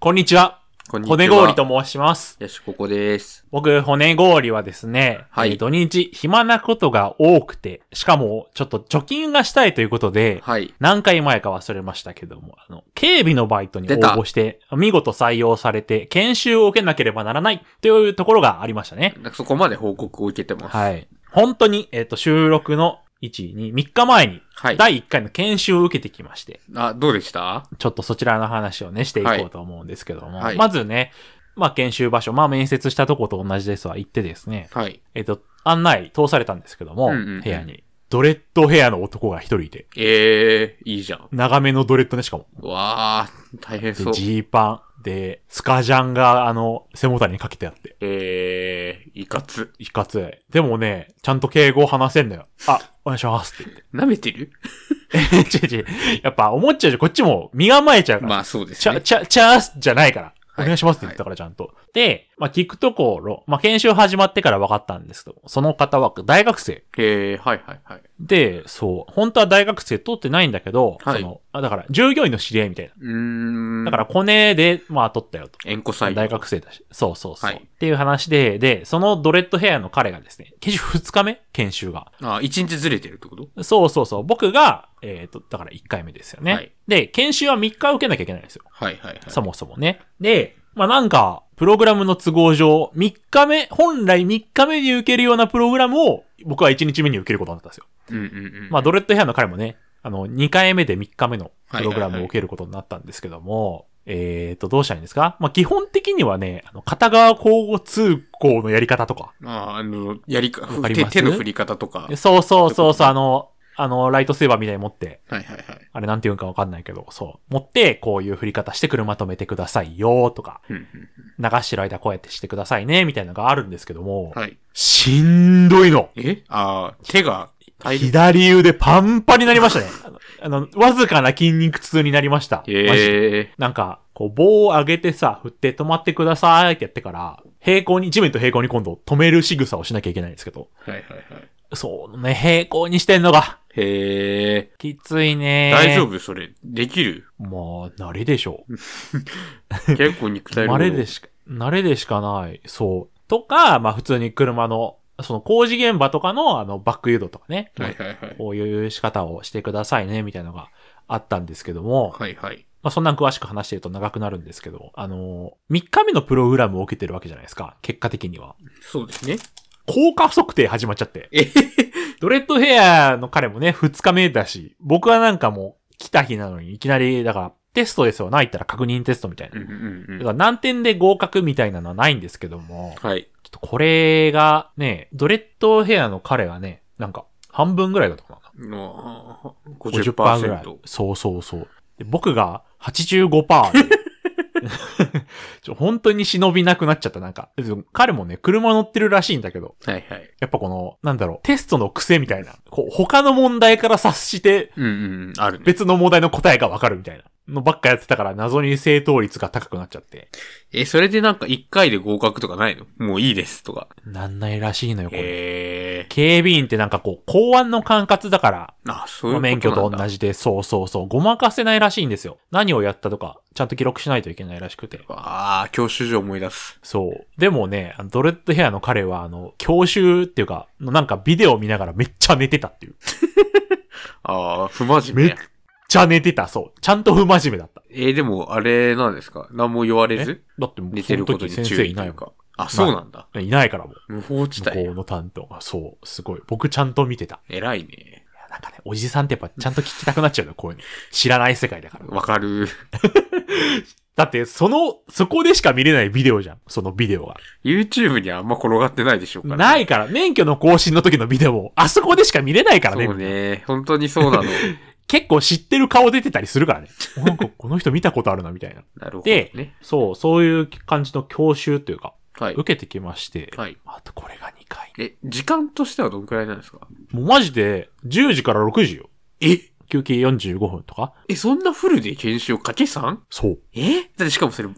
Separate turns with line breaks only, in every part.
こんにちは。
こんにちは。
骨氷。と申します。
よし、ここです。
僕、骨氷はですね、
は
え
い
ー土日暇なことが多くて、しかもちょっと貯金がしたいということで、
はい。
何回前か忘れましたけども、あの、警備のバイトに応
出た
募して、見事採用されて、研修を受けなければならないというところがありましたね。
なんかそこまで報告を受けてます。。
はいい。本当に、えっ、と、収録の1、2、3日前に、
はい。
第1回の研修を受けてきまして、
あ、どうでした
ちょっとそちらの話をね、していこうと思うんですけども、
はい
まずね、まあ、研修場所、まあ、面接したとこと同じですわ、行ってですね、
はい。
えっと、案内通されたんですけども、
うんうんうん
部屋に。ドレッドヘアの男が一人いて、
えー、いいじゃん。
長めのドレッドね、しかも。
わー、大変そ
で、
う。
ジーパン、で、スカジャンが、あの、背もたれにかけてあって、
えー、いかつ。
いかつい。でもね、ちゃんと敬語を話せんだよ。あ、お願いしますって言って。
舐めてる
違う 違う。やっぱ思っちゃうじゃん、こっちも身構えちゃうから。
まあそうです
ちゃ、
ね。
ちゃ、ちゃーすじゃないから。
は
お
い
願いしますって言ったから、ちゃんと。で、まあ、聞くところ、まあ、研修始まってから分かったんですけど、その方は大学生。
えー、はいはいはい。
で、そう、本当は大学生通ってないんだけど、
はい
その、あだから、従業員の知り合いみたいな。
うーん。
だから、コネで、まあ、取ったよと。
縁故採
大
用。
学生だし。そうそうそう。
はい
っていう話で、で、そのドレッドヘアの彼がですね、研修2日目研修が。
あ、一日ずれてるってこと
そうそうそう。僕が、えっ、と、だから1回目ですよね。
はい
で、研修は3日受けなきゃいけないんですよ。
はいはいはい。
そもそもね。で、まあなんか、プログラムの都合上、3日目、本来3日目に受けるようなプログラムを、僕は1日目に受けることになったんですよ。
うんうんうん。
まあ、ドレッドヘアの彼もね、あの、2回目で3日目のプログラ
はいはい
ム
は
を
い
受けることになったんですけども、えーと、どうしたらいいんですかまあ、基本的にはね、あの、片側交互通行のやり方とか。
あー、あの、やりか
わか、り
手
ます
手の振り方とか。
そうそうそうそう、あの、あの、ライトセーバーみたいに持って、
はいはいはい。
あれなんて言うんかわかんないけど、そう。持って、こういう振り方して車止めてくださいよ、とか。
うん
流してる間こうやってしてくださいね、みたいなのがあるんですけども、
うんはい。
しんどいの。
えあー、手が、体力
左腕パンパンになりましたね。 あの、あのわずかな筋肉痛になりました。マジで
え
なんか、こう棒を上げてさ、振って止まってくださいってやってから、平行に、地面と平行に今度止める仕草をしなきゃいけないんですけど、
ー。はいはいはい。
そうね、平行にしてんのが、
へえ。
きついね。
大丈夫それ。できる
もう、慣れでしょう。
結構肉体労
慣れ
働。
でしか、慣れでしかない。そう。とか、まあ普通に車の、その工事現場とかのあのバック誘導とかね。
はいはいはい。
こういう仕方をしてくださいね、みたいなのがあったんですけども、
はいはい。
まあ、そんなん詳しく話してると長くなるんですけど、あのー、3日目のプログラムを受けてるわけじゃないですか、結果的には。
そうですね。
効果測定始まっちゃって。
え
ドレッドヘアの彼もね、2日目だし、僕はなんかもう来た日なのにいきなり、だからテストですよ、ないったら確認テストみたいな。
うんうん
だ
うん。
から難点で合格みたいなのはないんですけども、
はい。
ちょっとこれがね、ドレッドヘアの彼がね、なんか半分ぐらいだったかな。
の
50%ぐらい
50%。。
そうそうそう。で僕が85%で。ちょ本当に忍びなくなっちゃった、なんか。でも彼もね、車乗ってるらしいんだけど、
はいはい。
やっぱこの、なんだろう、テストの癖みたいな。こう、他の問題から察して、
うんうんうん。あるね。
別の問題の答えがわかるみたいな。のばっかやってたから、謎に正答率が高くなっちゃって。
え、それでなんか1回で合格とかないのもういいですとか。
なんないらしいのよ、これ。
へえ。
警備員ってなんかこう、公安の管轄だから、
あ、そういうことなんだ。
免許と同
じ。
じで、そうそうそう、ごまかせないらしいんですよ。何をやったとか、ちゃんと記録しないといけないらしくて。
ああ、教習所思い出す。
そう。でもね、あのドレッドヘアの彼は、あの、教習っていうか、なんかビデオを見ながらめっちゃ寝てたっていう。めっ
ああ、不真面目や。
ちゃ寝てた、そう。ちゃんと不真面目だった。
えー、でも、あれなんですか何も言われず
だってもう、
寝
そ
て
の
ること
時
に
先
注
生
意
い
と
ないいうも
か。あ、そうなんだ。
ん。いないからもう。
無法地
向こ
帯。
うの担当が、そう、すごい。僕ちゃんと見てた。
偉いね。
いや、なんかね、おじさんってやっぱちゃんと聞きたくなっちゃうの、こういうの。知らない世界だから。
わかる。
だって、その、そこでしか見れないビデオじゃん。そのビデオが。
YouTube にあんま転がってないでしょうから、
ないいから、免許の更新の時のビデオも、あそこでしか見れないからね。
そうね。本当にそう なの。
結構知ってる顔出てたりするからね。なんかこの人見たことあるな、みたいな。
なるほど
で
ね。
そう、そういう感じの教習というか、
はい。
受けてきまして、
はい。
あとこれが2回。
え、時間としてはどんくらいなんですか
もうマジで、10時から6時よ。
え
休憩45分とか
え、そんなフルで研修をかけ 3?
そう。
えだってしかもそれ、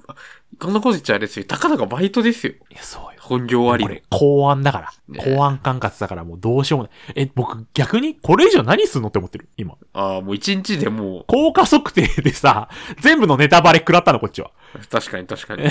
こんなこと言っちゃあれですよ。たかだかバイトですよ。
いや、そうよ。
本業あり
こ
の
れ、公安だから。
ね
公安管轄だからもうどうしようもない。え、僕逆にこれ以上何すんのって思ってる、今。
ああ、もう一日でも
効果測定でさ、全部のネタバレ食らったの、こっちは。
う、確かに 確かに。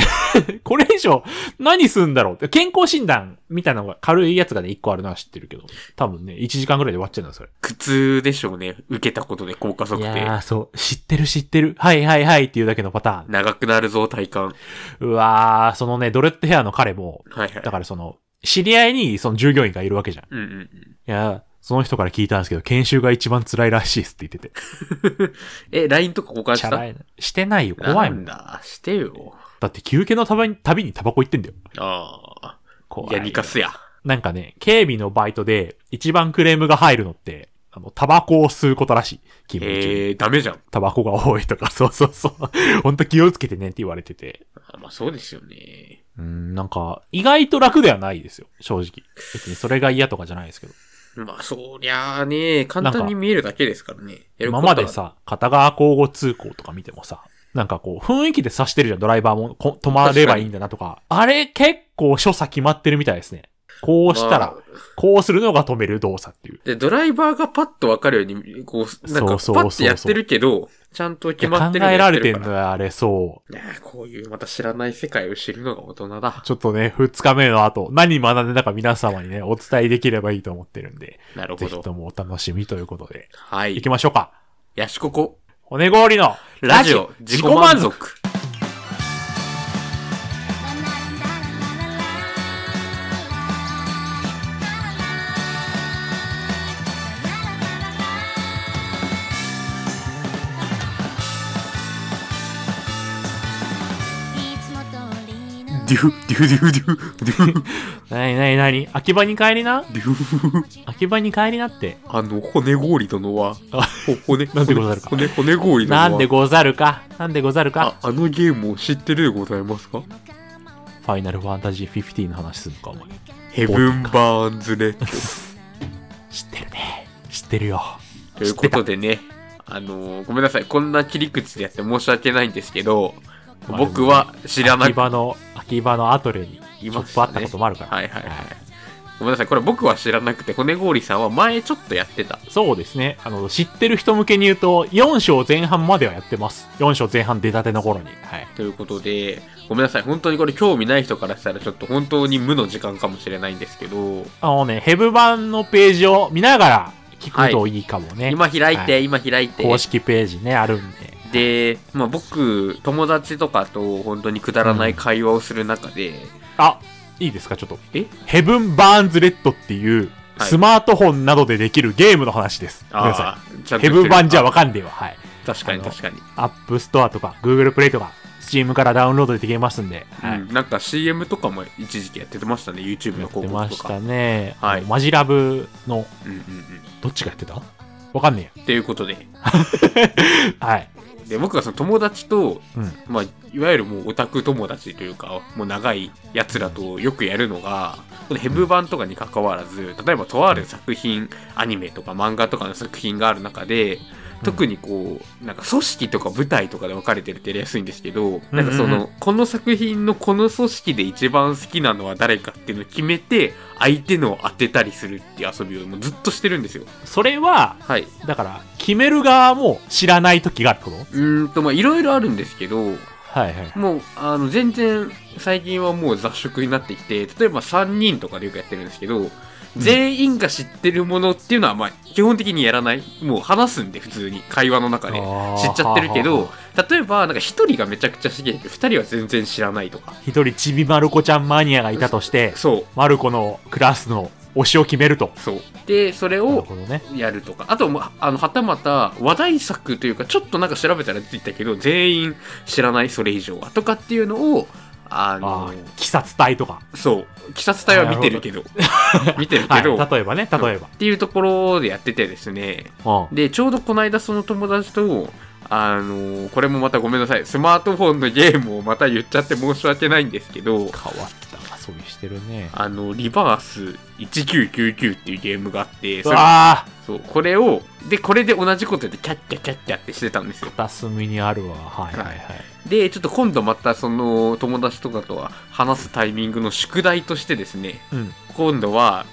これ以上何すんだろうって。健康診断みたいなのが軽いやつがね、1個あるのは知ってるけど。多分ね、1時間ぐらいで終わっちゃうんだ、それ。
苦痛でしょうね。受けたことで効果測
い
定。
やー、そう。知ってる知ってる。はいはいはいっていうだけのパターン。
長くなるぞ、体感。
うわー、そのね、ドレッドヘアの彼も、
はいはい
だ。からその、知り合いにその従業員がいるわけじゃん。い
うんうんうん。
やー、その人から聞いたんですけど、研修が一番辛いらしいっすって言ってて。
え、LINE とか交換し
チャ
た
ラいな。してないよ、怖いも
なん
ん。だ
だ、してよ。
って休憩のたびに、旅にタバコ行ってんだよ。
ああ。
怖い。
いや、ニカスや。
なんかね、警備のバイトで一番クレームが入るのって、あの、タバコを吸うことらしい。勤務中。
えー、ダメじゃん。
タバコが多いとか、 そうそうそう。ほんと気をつけてねって言われてて。
あまあそうですよね。
うん、なんか、意外と楽ではないですよ。正直。別にそれが嫌とかじゃないですけど。
まあそりゃあね、簡単に見えるだけですからね。やるこ
今
と
ま
は
でさ、片側交互通行とか見てもさ、なんかこう、雰囲気で指してるじゃん、ドライバーも、こ止まればいいんだなとか。あれ、結構所作決まってるみたいですね。こうしたら
ま、あ
こうするのが止める動作っていう。
で、ドライバーがパッとわかるように、こう、なんか、パ
そうそうそうそう
ッとやってるけど、ちゃんと
い
決
や
ま
考
ってるの
え
や
ら
って
れて
るか
ん
ら
のよ、あれ、そう。
ねえこういうまた知らない世界を知るのが大人だ。
ちょっとね、二日目の後、何学んでたか皆様にね、お伝えできればいいと思ってるんで、
なる
ぜ
ほ
ひ
ど。
ともお楽しみということで、
は
行
い
き。ましょうか。
ヤシココ、
骨氷の
ラジオ、自己満足。デュ、デュ、デュ、デュ、デュ、
なになになに秋葉に帰りな
デュ。
秋葉に帰りなって。
あの、骨氷殿は、
あ
ほ骨、
なんでござるか
骨、骨氷殿は、
なんでござるかなんでござるか
あ、あのゲームを知ってるでございますか
ファイナルファンタジー15の話するのか、お前。
ヘブンバーンズ レッド。
知ってるね。知ってるよ。
ということでね、あのーごめんなさい、こんな切り口でやって申し訳ないんですけど、
まあ
僕は知らな
秋
く、
葉の、秋葉のアトレに、ち
い
ょ
ま
っ
し
と
た
会った
ね
こともあるから。
はいはいはい。ごめんなさい、これ僕は知らなくて、骨氷さんは前ちょっとやってた。
そうですね。あの、知ってる人向けに言うと、4章前半まではやってます。4章前半出たての頃に。はい。
ということで、ごめんなさい、本当にこれ興味ない人からしたらちょっと本当に無の時間かもしれないんですけど、
あのね、ヘブ版のページを見ながら聞くといいかもね。
今開いて、
は
今開いて、
公式ページね、あるんで。
で、まあ、僕、友達とかと本当にくだらない会話をする中で、
あ、いいですか、ちょっと。
え
ヘブン・バーンズ・レッドっていう、
はい
スマートフォンなどでできるゲームの話です。ごめんなさ
あー、ちゃ
い。ヘブン版じゃわ
わ
かんねえわ。はい。
確かに
あの
確かに。
アップストアとか、Google プレイとか、Steam からダウンロードできますんで。はい。
うん、なんか CM とかも一時期やってましたね、YouTube
や
の
っ
広
てま
告と
し
か。
たね。
はい
あのマジラブの、
うんうん
どっちがやってたわかんね
うん。っていうことで、
えや。 はい。
で僕はその友達と、
うん。
まあ、いわゆるもうオタク友達というか、もう長いやつらとよくやるのが、このヘブ版とかに関わらず、例えばとある作品、アニメとか漫画とかの作品がある中で、特にこう、なんか組織とか舞台とかで分かれてるってやりやすいんですけど、なんかそ
うんうん
の、この作品のこの組織で一番好きなのは誰かっていうのを決めて、相手のを当てたりするっていう遊びをもうずっとしてるんですよ。
それは、
はい。
だから、決める側も知らない時があるってこと
うーんと、まあいろいろあるんですけど、
はいはい。
もう、あの、全然、最近はもう雑食になってきて、例えば3人とかでよくやってるんですけど、全員が知ってるものっていうのは、まあ、基本的にやらない。もう話すんで、普通に、会話の中で。
あー
知っちゃってる
は
け
あ
ど
は、
例えば、なんか1人がめちゃくちゃ知り合いで、2人は全然知らないとか。
一人ちびまる子ちゃんマニアがいたとして、
そ
まる子のクラスの推しを決めると。
う、そう。で、それ
なる
を
ほどね。
やるとか。あと、まあの、はたまた、話題作というか、ちょっとなんか調べたら出てきたけど、全員知らない、それ以上は。とかっていうのを、あ
あ
の
あ、鬼殺隊とか。
そう。鬼殺隊は見てるけど。見て る
は
け
い、
ど、っ
例えばね、例えば。
ていうところでやっててですね。
うん。
で、ちょうどこの間その友達と、あのーこれもまたごめんなさい。スマートフォンのゲームをまた言っちゃって申し訳ないんですけど、
変わったわ、遊びしてるね。
あの、リバース1999っていうゲームがあって、
う
それ
わあ
そうこれを、で、これで同じことでキャッキャキャッキャってしてたんですよ。
片隅にあるわ。はいはいはい。
で、ちょっと今度またその友達とかとは話すタイミングの宿題としてですね、
うん。
今度は、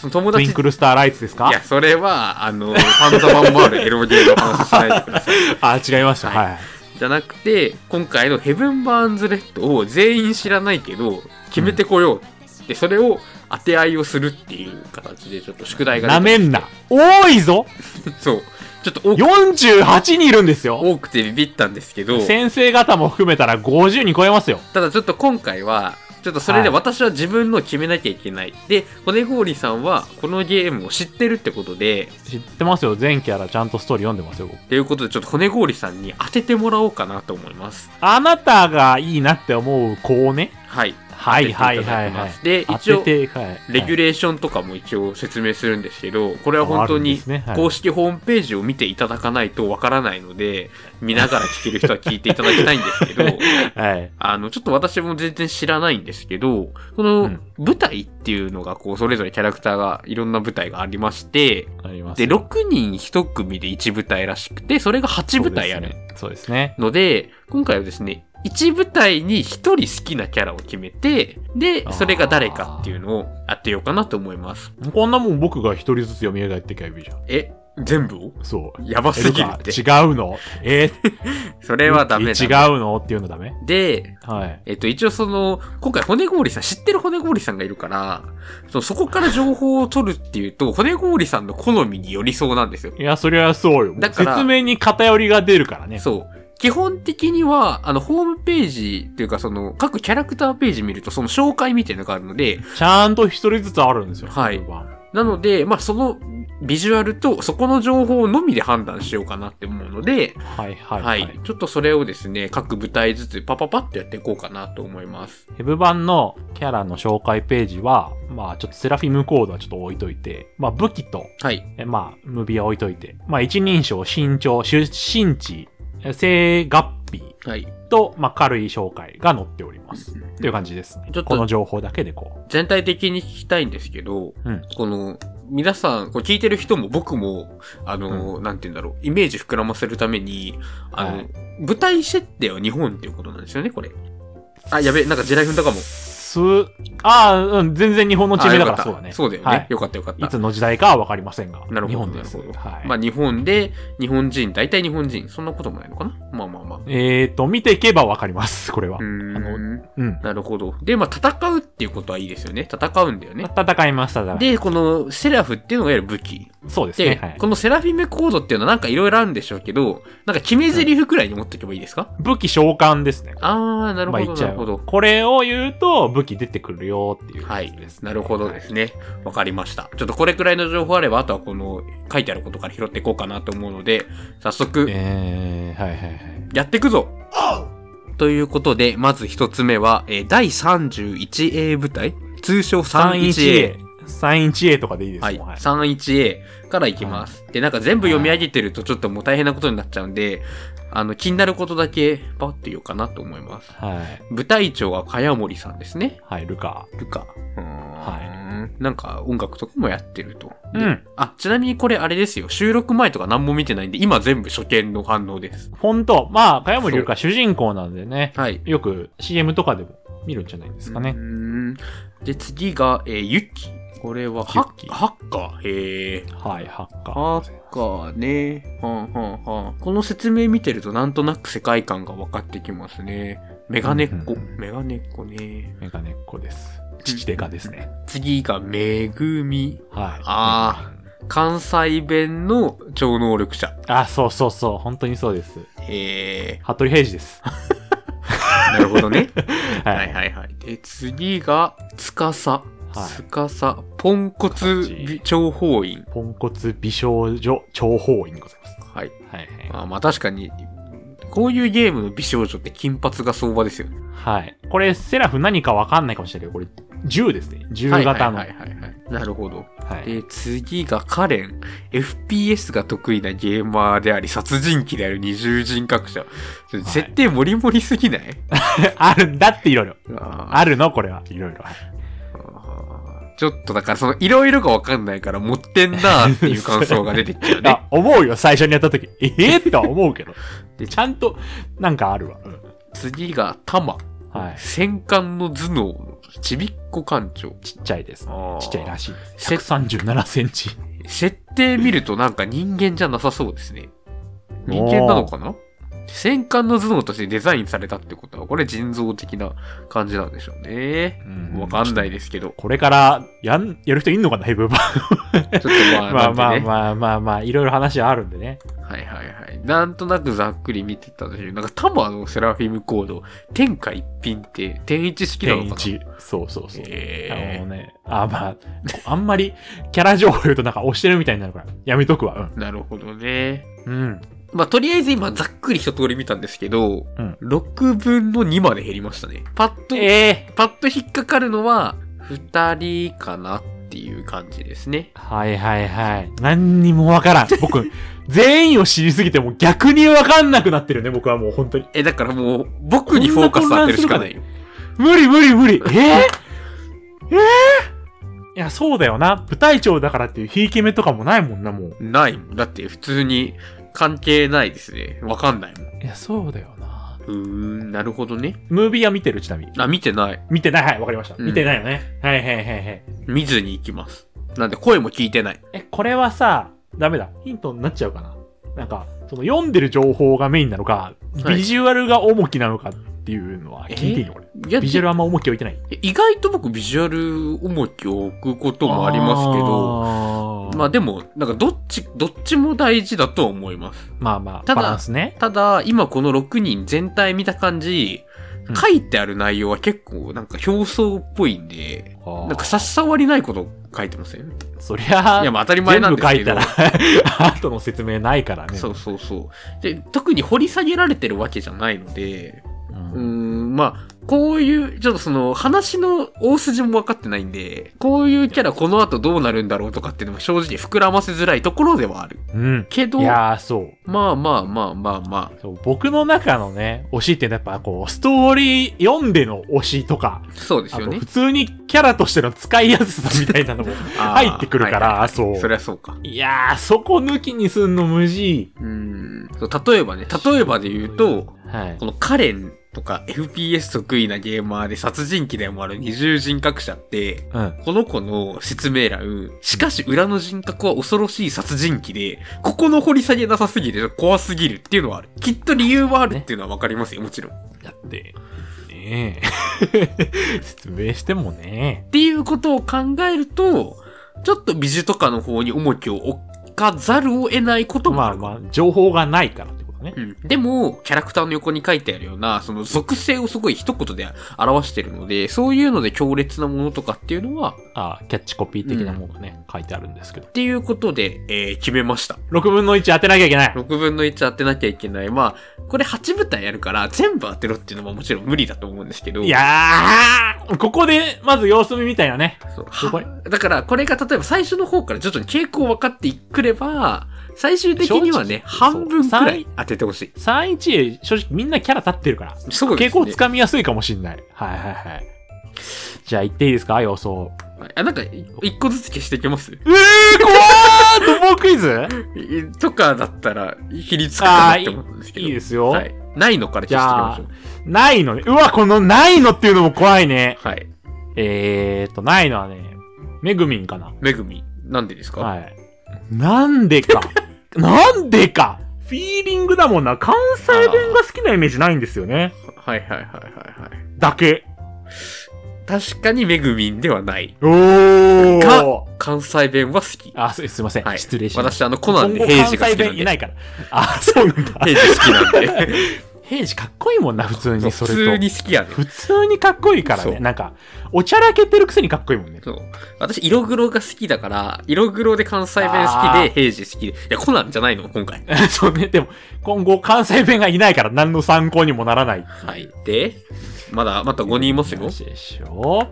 その友
トゥイ
達
ンクルスターライツです
い
か
や、それは、あの、ファンザマンもあるエロゲーの話しないでください。
あ、違いました。はい。
じゃなくて、今回のヘブン・バーンズ・レッドを全員知らないけど、決めてこよう。で、それを当て合いをするっていう形で、ちょっと宿題が出
な
てま
め
して
んな。。多いぞ
そう。ちょっと多く
!48 人いるんですよ
多くてビビったんですけど、
先生方も含めたら50に超えますよ。
ただちょっと今回は、ちょっとそれで
はい
私は自分のを決めなきゃいけない。で、骨氷さんはこのゲームを知ってるってことで、
知ってますよ。全キャラちゃんとストーリー読んでますよ。僕
ということでちょっと骨氷さんに当ててもらおうかなと思います。
あなたがいいなって思う子をね。
はい。
はいはいはい
当
はい。
てていただきますで、一
当
応、
ててはい
レギュ
レ
レーションとかも一応説明するんですけど、これは本当に公式ホームページを見ていただかないとわからないので、見ながら聞ける人は聞いていただきたいんですけ ど、
はい。
あの、ちょっと私も全然知らないんですけど、こ
う
の
ん
舞台っていうのが、こう、それぞれキャラクターが、いろんな舞台がありまして、
あります
で、
よ。
6人1組で1舞台らしくて、それが8舞台ある
そうですね。
ので、今回はですね、1舞台に1人好きなキャラを決めて、で、それが誰かっていうのを当てようかなと思います。
そうですねこんなもん僕が一人ずつ読み上げてきゃいいじゃん。
え、全部を
そう。
やばすぎるっ
え
て。
違うのえ
それはダメ
違
だ。
うのっていうのダメ
で、
はい。
えっと、一応その、今回骨氷さん、知ってる骨氷さんがいるから、そのそこから情報を取るっていうと、骨氷さんの好みによりそうなんですよ。
いや、そりゃそうよ。
だから
説明に偏りが出るからね。
そう。基本的には、あの、ホームページっていうか、その、各キャラクターページ見ると、その紹介みたいなのがあるので、
ちゃんと一人ずつあるんですよ。
はい
順番
なので、まあ、その、ビジュアルと、そこの情報のみで判断しようかなって思うので、
はいはいは。
はいい。ちょっとそれをですね、各舞台ずつパパパってやっていこうかなと思います。
ヘブ版のキャラの紹介ページは、まあちょっとセラフィムコードはちょっと置いといて、まあ武器と、
はい。
えまあムビは置いといて、まあ一人称、身長、出身地、え生月日
はい。
と、まあ軽い紹介が載っております。という感じですね
ちょっと。
この情報だけでこ
全体的に聞きたいんですけど、
う。うん。
この、皆さん、これ聞いてる人も僕も、あの、なんて言うんだろう、イメージ膨らませるために、あの、
はい
舞台設定は日本っていうことなんですよね、これ。あ、やべえ、なんか地雷踏んだかも。
す、ああ、うん、全然日本の地名だから
あ
そ
よ
うだね。
そうだよね。
はい
よかったよかった。
いつの時代かはわかりませんが。
なるほど
日本です
なる。ほど
はい。
まあ日本で、日本人、大体日本人、そんなこともないのかなまあまあまあ。
えーと、見ていけばわかります、これは
う。ーん。
うん。
なるほど。で、まあ戦うっていうことはいいですよね。戦うんだよね。
戦いました、戦い
で、このセラフっていうのがいわゆる武器。
そうです
で、
ね。はい
このセラフィメコードっていうのはなんかいろいろあるんでしょうけど、なんか決め台詞くらいに持っておけばいいですか、
武器召喚ですね。
あー、なる
まあ言
ほど、
っち
な
ゃ
る
う
ほど。
これを言うと武器出てくるよっていう
は
や
い
つです、。
なるほど
は
で
い
すね。わかりました。ちょっとこれくらいの情報あれば、あとはこの書いてあることから拾っていこうかなと思うので、早速、
えー、はいはいはい。
やっていくぞということで、まず一つ目は、えー第 31A 部隊通称 31A。
31A。31A とかでいいです
はい。
もんはい。
31A からいきます。で、なんか全部読み上げてるとちょっともう大変なことになっちゃうんで、あの、気になることだけ、パッて言おうかなと思います。
はい。
舞台長は茅森さんですね。
はい、ルカ。
ルカ。うーん。はい。なんか音楽とかもやってると。
う
で
ん
あ、ちなみにこれあれですよ。収録前とか何も見てないんで、今全部初見の反応です。
ほんと、まあ、かやもりルカ主人公なんでね、
はい。
よく CM とかでも見るんじゃないですかね
う。ーん。で、次が、えー、ユッキー。これは
ユ
ハ
ッキ
ッ、
ー
ハッカー。へー。
はい、ハッカ
ハ
ー。
ッカーね。はんはんはん。この説明見てるとなんとなく世界観が分かってきますね。メガネっ子。
うんうん
メガネっ子ね。
メガネっ子です。父デカですね。
次が、めぐみ。
はい。
あ関西弁の超能力者。
あ。あ、そうそうそう。本当にそうです。
え
服部平次 です。
ー、なるほどね。
は
はい
い。
はいはい。で、次が、つかさ。
はい
つかさ、ポンコツ美諜報員。
ポンコツ美少女諜報員でございます。
は
は
い。
いはい。
まあまあ確かに、こういうゲームの美少女って金髪が相場ですよね。
はい。これ、セラフ何かわかんないかもしれないけど、これ、銃ですね。銃型の。
はいはいはいはいはい。なるほど。
はい。
で、次がカレン。FPS が得意なゲーマーであり、殺人鬼である二重人格者。ちょ設定モリモリすぎない、
あるんだっていろいろ。
あ
あるのこれは。いろいろ。
ーちょっとだから、その、いろいろがわかんないから、持ってんなーっていう感想が出てきちゃうね。
あ、思うよ、最初にやった時。ええとは思うけど。でちゃんと、なんかあるわ。うん
次が、タマ。
はい。
戦艦の頭脳のちびっこ艦長。
ちっちゃいです。
あー
ちっちゃいらしいです。
せ
137センチ。
設定見るとなんか人間じゃなさそうですね。人間なのかな戦艦の頭脳としてデザインされたってことは、これ人造的な感じなんでしょうね。
うん
わかんないですけど。
これから、やん、やる人いんのかなヘブバー。
ちょっとまあ、
まあま
なん
あ
でね。
まあまあまあ、いろいろ話はあるんでね。
はいはいはい。なんとなくざっくり見てたんですけど、なんかタマのセラフィムコード、天下一品って、天一式なの
天
かな
一。そうそうそう。あの
え
ね、あ、まあ、あんまりキャラ情報言うとなんか押してるみたいになるから、やめとくわ。
ー、なるほどね。
うん。うん。
まあ、とりあえず今ざっくり一通り見たんですけど、
うん
6分の2まで減りましたね。パッと、
ええ
パッと引っかかるのは、2人かなっていう感じですね。
はいはいはい。何にもわから ん。僕、全員を知りすぎてもう逆にわかんなくなってるね、僕はもう本当に。
え、だからもう、僕にフォーカス当てるしかないよ。
無理無理無理。えー、えー、いや、そうだよな。舞台長だからっていう、ひいき目とかもないもんな、もう。
ないもん。だって普通に関係ないですね。わかんないもん。
いや、そうだよな。
うーん、なるほどね。
ムービーは見てる、ちなみに。
あ、見てない。
見てない、はい、わかりました。
うん
見てないよね。はいはいはいはい。
見ずに行きます。なんで声も聞いてない。
え、これはさ、ダメだ。ヒントになっちゃうかな。なんか、その読んでる情報がメインなのか、
はい
ビジュアルが重きなのかっていうのは聞いていいのこれ。
いや
ビジュアルあんま重き置いてない。
意外と僕ビジュアル重きを置くこともありますけど、
ど
ま
ま
あでも、なんかどっち、どっちも大事だとは思います。
まあまあ、
ただ
バランスね。
ただ、今この6人全体見た感じ
う、ん
書いてある内容は結構なんか表層っぽいんで、
な
なんか差し障りないこと書いてません
そりゃ、
いや、まあ当たり前
全
なん
部
です
書
け
いた
ど
ら。、後の説明ないからね。
そうそうそう。で、特に掘り下げられてるわけじゃないので、
う
うー
ん。
ん、まあ、こういう、ちょっとその話の大筋も分かってないんで、こういうキャラこの後どうなるんだろうとかっていうのも正直膨らませづらいところではある。
うん。
けど、
い
ま
やー、そう。
あまあまあまあま
そう僕の中のね、推しってやっぱこう、ストーリー読んでの推しとか、
あ、そうです
あ
よ
と
ね
普。通にキャラとしての使いやすさみたいなのも入ってくるか
あー
ら、そ
はいそり
う。
ゃそうか。
いやー、そこ抜きにすんの無事。
うーん。そう例えばね、例えばで言うと、
はい
こ。のカレンとか FPS 得意なゲーマーで殺人鬼でもある二重人格者って、
うん。
この子の説明欄、しかし裏の人格は恐ろしい殺人鬼で、ここの掘り下げなさすぎて怖すぎるっていうのはある。きっと理由はあるっていうのはわかりますよ、もちろん。っ
だって、ねえ。 説明してもね。
ていうことを考えると、ちょっと美術とかの方に重きを置かざるを得ないこと も
ま
あ
あ
る。
まあ、情報がないからってことね
う。ん、でも、キャラクターの横に書いてあるような、その属性をすごい一言で表してるので、そういうので強烈なものとかっていうのは、
あーキャッチコピー的なものがね、書いてあるんですけど
っ。ていうことで、えー決めました。
6分の1当てなきゃいけない。
6分の1当てなきゃいけない。まあ、これ8部隊やるから、全部当てろっていうのももちろん無理だと思うんですけど。
いやー、ここで、まず様子見みたいなね。
そう、
すごい
はだから、これが例えば最初の方から徐々に傾向分かってくれば、最終的にはね、
正直
半分くら
そう
い当ててほしい。
3-1、正直みんなキャラ立ってるから。
そうで
傾
すね。
向つかみやすいかもしんない。はいはいはい。じゃあ言っていいですか予想。
はいあ、なんか、い一個ずつ消していきます
ええー、怖ードボークイズ
いとかだったら、比率かなって思うんですけど。
いいですよ。
はい。ないのから消していきまし
ないのね。うわ、このないのっていうのも怖いね。
ょう。はい。
えーっと、ないのはね、めぐみんかな。
めぐみ、なんでですか、
はい。なんでか。 なんでか。フィーリングだもんな。関西弁が好きなイメージないんですよね。
はいはいはいはいはい。
だけ。
確かにめぐみんではない。
おー。
か関西弁は好き。
あ、すすいません。
はい、
失礼しました。
私、あの、コナンで
今後
平次が
関西
好きなん
弁い
で。
ないから。あ、そうなんだ。
平次好きなんで。
平次かっこいいもんな、普通にそ
普
れと。
通に好きやねん
普通にかっこいいから
そ
ね。
う
なんか、おちゃらけてるくせにかっこいいもんね。
そう。私、色黒が好きだから、色黒で関西弁好き
あ
で、
ー
平時好きで。いや、コナンじゃないの今回。
そうね。でも、今後関西弁がいないから何の参考にもならない。
はい。で、まだ、また5人いますよ。
話でしょ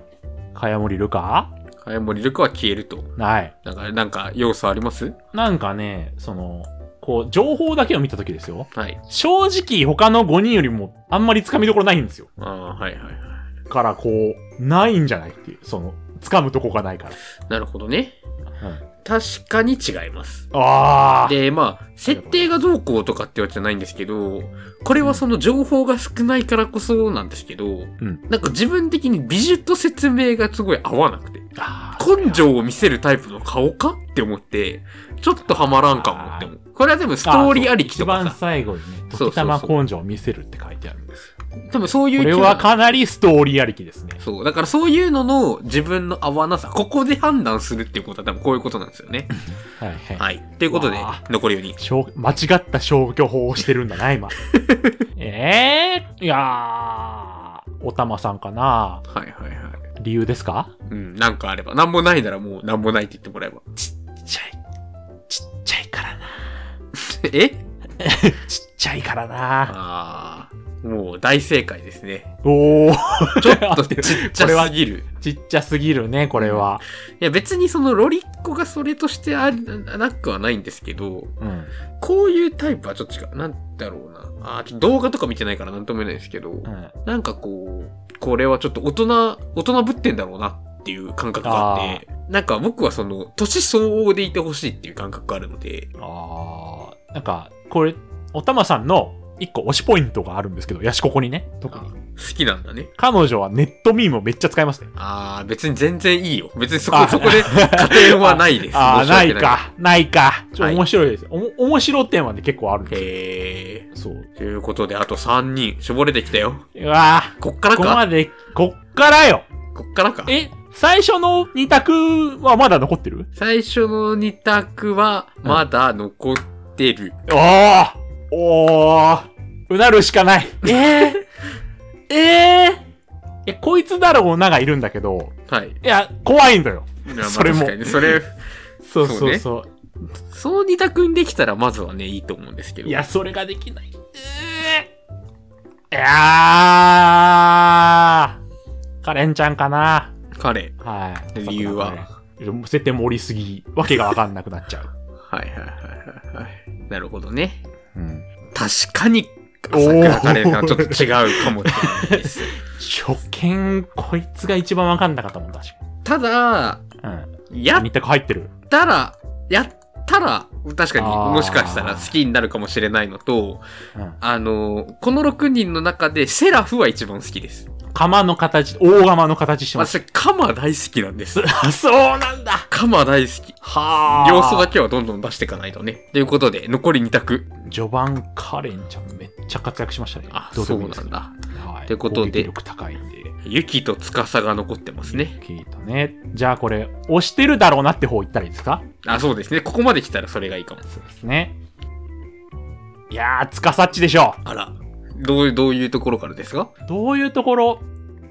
かやもりるか
はい、もうリルクは消えると。
ない。
なんか、なんか、要素あります
なんかね、その、こう、情報だけを見たときですよ。
はい。
正直他の5人よりもあんまり掴みどころないんですよ。
ああ、はいはいはい。
からこう、ないんじゃないっていう。その、掴むとこがないから。
なるほどね。
うん
確かに違います。
ああ。
で、まあ、設定がどうこうとかってわけじゃないんですけど、これはその情報が少ないからこそなんですけど、
ん
なんか自分的に美術と説明がすごい合わなくて。
あー
根性を見せるタイプの顔かって思って、ちょっとハマらんかもって思う。これはでもストーリーありきと
一番
かさ、
最後にね、
そうそうそう
時たま根性を見せるって書いてあるんですよ。
多分そうい
こ
う
れ
キャ
は
ラ
かなりストーリーありきですね。
そう。だからそういうのの自分の合わなさ、ここで判断するっていうことは多分こういうことなんですよね。
はいはい。
はい。ということで
うわ、
残り4人。
消間違った消去法をしてるんだな、 今。ええいやー、おたまさんかな
はいはいはい。
理由ですか
うん、なんかあれば。なんもないならもうなんもないって言ってもらえば。
ちっちゃい。ちっちゃいからな。
え
ちっちゃいからな。
あー、もう大正解です ね。
おー、
ちょっとちっち
これ
ゃ
は
すぎる。
ちっちゃすぎるね、これは。
いや別にそのロリッコがそれとしてありなくはないんですけど、
うん。
こういうタイプはちょっと違う。なんだろうな。あーちょっと動画とか見てないからなんとも言えないですけど、
うん。
なんかこう、これはちょっと大人、大人ぶってんだろうなっていう感覚があって、なんか僕はその、年相応でいてほしいっていう感覚があるので、
あー、なんか、これ、おたまさんの一個推しポイントがあるんですけど、やしここにね、特
あ
に。
好きなんだね。
彼女はネットミームをめっちゃ使いますね。
あー、別に全然いいよ。別にそ
あ
こ、そこで加点はないで す。
ああ、
申し
ない
訳。
か、ないか。ちょっ
は
と
い
面白いです。おも面白点はね、結構あるんですよ。
へ
そう。
ー。ということで、あと3人、絞れてきたよ。
うわあ、
こっから
ここま
か
で、こっからよ。
こっからか。
え、最初の2択はまだ残ってる
最初の2択は、まだ残ってる。
おおおーうなるしかない。えー、えー、いや、こいつだろうながいるんだけど、
はい。
いや、怖いんだよ。
いやまあ
それも
確かにそれ、
そうそうそう。
その二択にできたらまずはね、いいと思うんですけど。
いや、、それができない。えー、いやー、カレンちゃんかな。
彼。
はい。
理由は
そうだね。設定盛りすぎ、わけがわかんなくなっちゃう。
はいはいはいはいはい。なるほどね。
うん。
確かに、
おー
桜カレーがちょっと違うかもしれないです。
初見、こいつが一番わかんなかったもん、確
ただ、
かに。
や
うん。2
っ
択入ってる。
たら、やったら、確かに
あー
もしかしたら好きになるかもしれないのと、
うん。
あの、この6人の中でセラフは一番好きです。
釜の形、大釜の形して ます。
私、カマ大好きなんです。
あ、そうなんだ
カマ大好き。
はあ。
要素だけはどんどん出していかないとね。ということで、残り2択。
序盤、カレンちゃんめっちゃ活躍しましたね。
あ、
ど
そ
でもい
う
い
な
です
ん。だ。
はい。
てことで
攻撃力高いんで。
ユキと司が残ってますね。
聞いたね。じゃあこれ、押してるだろうなって方言ったらいいですか
あ、そうですね。ここまで来たらそれがいいかも。
そうですね。いやー、つかさっちでしょう。
あら。どういう、どういうところからですか
どういうところ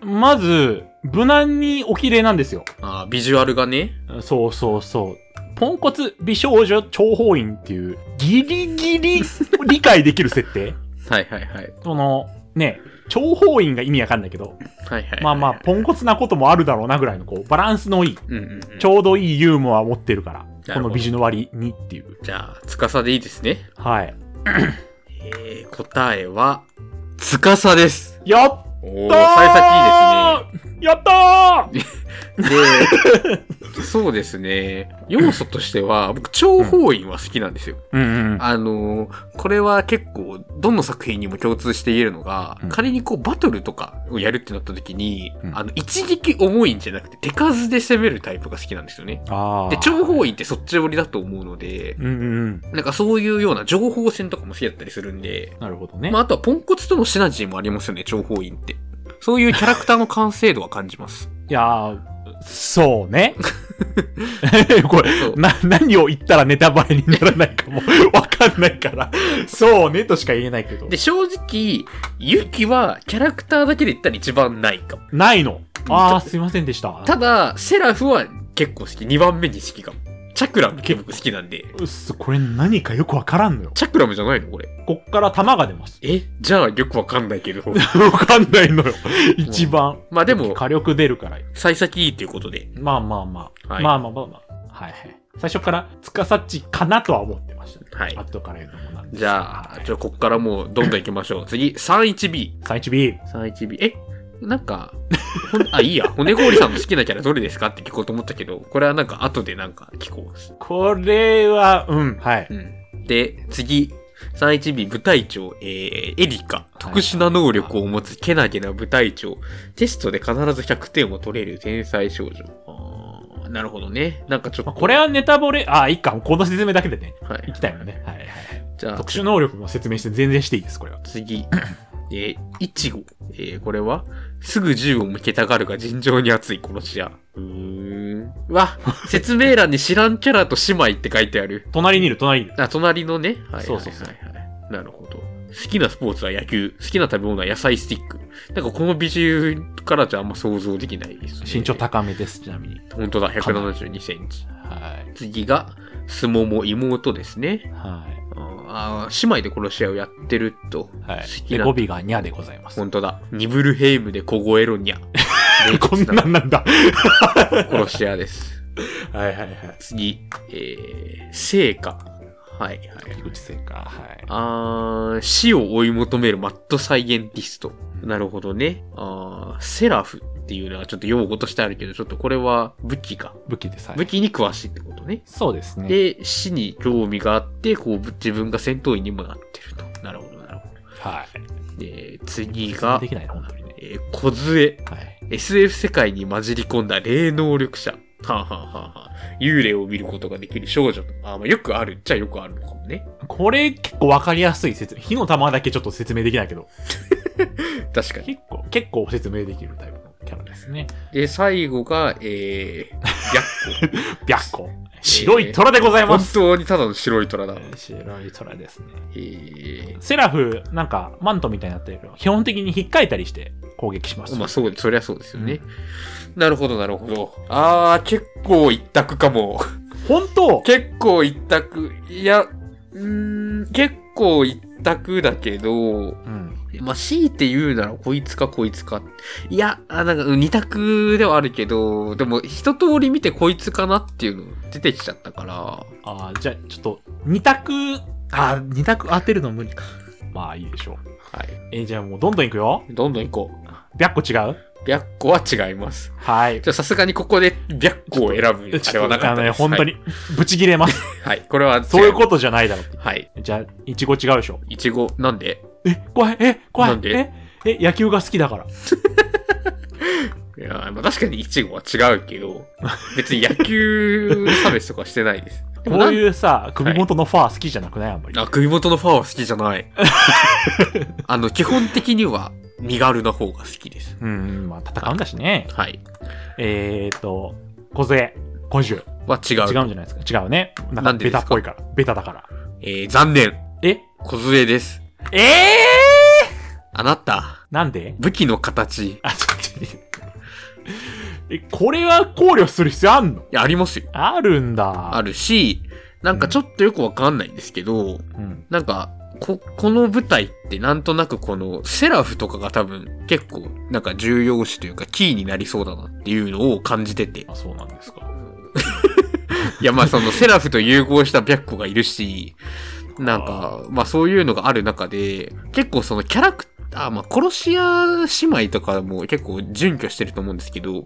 まず、無難におきれいなんですよ。
あビジュアルがね。
そうそうそう。ポンコツ美少女諜報員っていう、ギリギリ理解できる設定
はいはいはい。
その、ね、諜報員が意味わかんないけど、
はいはいはい、
まあまあ、ポンコツなこともあるだろうなぐらいの、こう、バランスのいい、
うんうん、うん。
ちょうどいいユーモアを持ってるから、
ど
この美女の割にっていう。
じゃあ、司でいいですね。
はい。
えー、答えは、司です。
やった
お
ー
お、幸先いい
いいで
ですね。
すね。やった ー
で、 そうですね。要素としては、僕、諜報員は好きなんですよ。
うんうん。
あのーこれは結構、どの作品にも共通して言えるのが、
うん
仮にこう、バトルとかをやるってなった時に、
うん
あの、一撃重いんじゃなくて、手数で攻めるタイプが好きなんですよね。
あ
で、諜報員ってそっち寄りだと思うので、
うんうんうん。
なんかそういうような情報戦とかも好きだったりするんで、
なるほどね。
まあ、あとはポンコツとのシナジーもありますよね、諜報員って。そういうキャラクターの完成度は感じます。
いやー、そうね。 こ
そう
れ、な、何を言ったらネタバレにならないかも わかんないから、そうねとしか言えないけど
で、。正直、ユキはキャラクターだけで言ったら一番ないかも。
ないの。ああ、すいませんでした。
ただ、セラフは結構好き。2番目に好きかも。チャクラム結構好きなんで。
うっす、これ何かよくわからんのよ。
チャクラムじゃないのこれ。。
こっから弾が出ます
えじゃあよく わかんないけ ど。
わかんないのよ。 一番。
まあでも、
火力出るからよ。
幸先いいっていうことで。
まあまあまあ。
はい
まあまあまあまあ。はいはい。最初から、つかさっちかなとは思ってました、ね。
はい
後から言うのもなんです
じゃあ、ちょ、こっからもうどんどん行きましょう。次、31B。
最初 B。
31B。えなんか、ほんあ、 いいや。骨氷さんの好きなキャラどれですかって聞こうと思ったけど、これはなんか後でなんか聞こう。
これは、うん、はい。
うん。で、次、31B 部隊長、えー、エリカ。特殊な能力を持つけなげな部隊長。テストで必ず100点を取れる天才少女。あーなるほどね。なんかちょっ
ま
と。
あ、これはネタバレ、あ、いいか、この説明だけでね、
はい
きたいよね。はいはいはい。
じゃあ
特、殊能力の説明して全然していいです、これは。
次。えー、いちご。えー、これはすぐ銃を向けたがるが尋常に熱い殺し屋。うーん。うわ、説明欄に知らんキャラと姉妹って書いてある。
隣にいる、隣にいる。
あ、隣のね。はいはいはいはい、
そうそうそう
なるほど。好きなスポーツは野球。好きな食べ物は野菜スティック。なんかこの美中からじゃあんま想像できないです、ね。
身長高めです、ちなみに。
本当だ、172センチ。
はい。
次が、相撲も妹ですね。
はい。
あー姉妹で殺し合いをやってると。
はい。
好き
で、
な
語尾がニャでございます。
本当だ。ニブルヘイムで凍え ろにゃ。
こんなんなんだ。
殺し屋です。
はいはいはい。
次、えー、聖火。はいはい。
口正解。はい。
あー、死を追い求めるマッドサイエンティスト。なるほどね。あー、セラフっていうのはちょっと用語としてあるけど、ちょっとこれは武器か。
武器です。はい
武器に詳しいってことね。
そうですね。
で、死に興味があって、こう、自分が戦闘員にもなってると。なるほど、なるほ
はい。
ど。で、次が
で、きないな、本当にね。
えー、小杖。
はい。
SF 世界に混じり込んだ霊能力者。はんはんはんはん。幽霊を見ることができる少女。あまあ、よくあるっちゃよくあるのかもね。
これ結構わかりやすい説明。火の玉だけちょっと説明できないけど、
確かに。
結構、結構説明できるタイプのキャラですね。
で、最後が、え ー、白虎。
白虎。白い虎でございま
本
す。
当にただの白い虎だ。
白い虎ですね。
えー、
セラフ、なんか、マントみたいになってるけど、基本的に引っかいたりして攻撃します。
まあそう、そりゃそうですよね。なるほど、なるほど。あー、結構一択かも。
本当
結構一択。いや、うーん、結構一択だけど、
うん。
まあ、強いて言うなら、こいつかこいつか。いや、あなんか、うん二択ではあるけど、でも、一通り見てこいつかなっていうの出てきちゃったから、
ああ、じゃあ、ちょっと、二択、あー二択当てるの無理か。まあ、いいでしょう。
はい。
えーじゃあもうどんどんいくよ。
どんどん行こ
白虎違う
う。白虎は違います。
はい。
じゃあ、さすがにここで白虎を選ぶ。あれはなか
あ
った
のね、
です。
本当に、ぶち切れ ます。
はい。はい。これは違う、
そういうことじゃないだろう。
はい。
じゃあ、いちご違うでしょ。
いちご、なんで
え、怖い、え、怖い。
なんで
え、え、野球が好きだから。
いやー、まあ、確かにいちごは違うけど、別に野球差別とかしてないです。でも
こ
な
うんいうさ、首元のファー好きじゃなくないあんまり。
あ、首元のファーは好きじゃない。あの、基本的には身軽な方が好きです。
うん、まあ戦うんだしね。
はい。
えーと、小杖、今週。
は違
違
う。
うんじゃないですか。違うね。なん
な
か
んでで
ベ
すか
タっぽいから。ベタだから。
えー、残念。
え
小杖です。
ええ
あなた、
なんで
武器の形。い
あ、ちょっと。え、これは考慮する必要あんの
や、ありますよ。
あるんだ。
あるし、なんかちょっとよくわかんないんですけど、
うん。
なんか、こ、この舞台ってなんとなくこのセラフとかが多分結構なんか重要視というかキーになりそうだなっていうのを感じてて。
あ、そうなんですか。
いや、まあそのセラフと融合した白虎がいるし、なんか、まあそういうのがある中で、結構そのキャラクター、まあ殺し屋姉妹とかも結構準拠してると思うんですけど、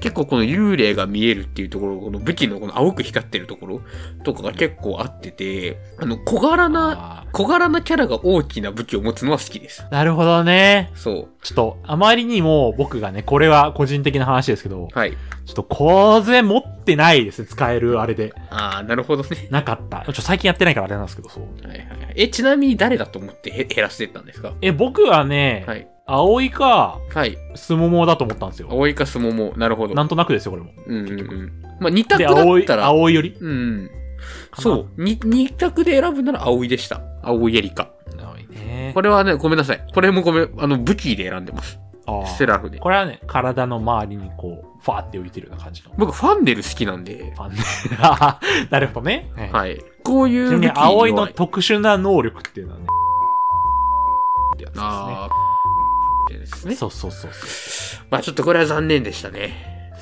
結構この幽霊が見えるっていうところ、この武器のこの青く光ってるところとかが結構あってて、あの小柄な、
あ
小柄なキャラが大きな武器を持つのは好きです。
ーなるほどね。
そ
ちょっと、あまりにも僕がね、これは個人的な話ですけど、
う。はい。
ちょっと小杖持ってないですね。使えるあれで。
ああ、なるほどね。
なかった。ちょっと最近やってないからあれなんですけど、そう。
はいはいはい。え、ちなみに誰だと思ってへ減らしてったんですか
え、僕はね、
はい。
葵か、
はい。
スモモだと思ったんですよ。
葵かすもも。なるほど。
なんとなくですよ、これも。
うんうんうん。まあ、二択
で、
だっ
葵、
たら、
葵より
うんうん。そう。二二択で選ぶなら葵でした。葵エリカ。
葵ね
こ。れはね、ごめんなさい。これもごめん、あの、武器で選んでます。
ああ
セラフで。
これはね、体の周りにこう、ファーって浮いてるような感じの。
僕、ファンデル好きなんで、
ファンであー なるほどね。はい
はい。こういう
ちな
武器
みに、葵の
弱い
特殊な能力っていうのはね、ってやつ
あーです
ですね。
ね。
そうそうそうそ
まあちょっとこれは残念でしたね。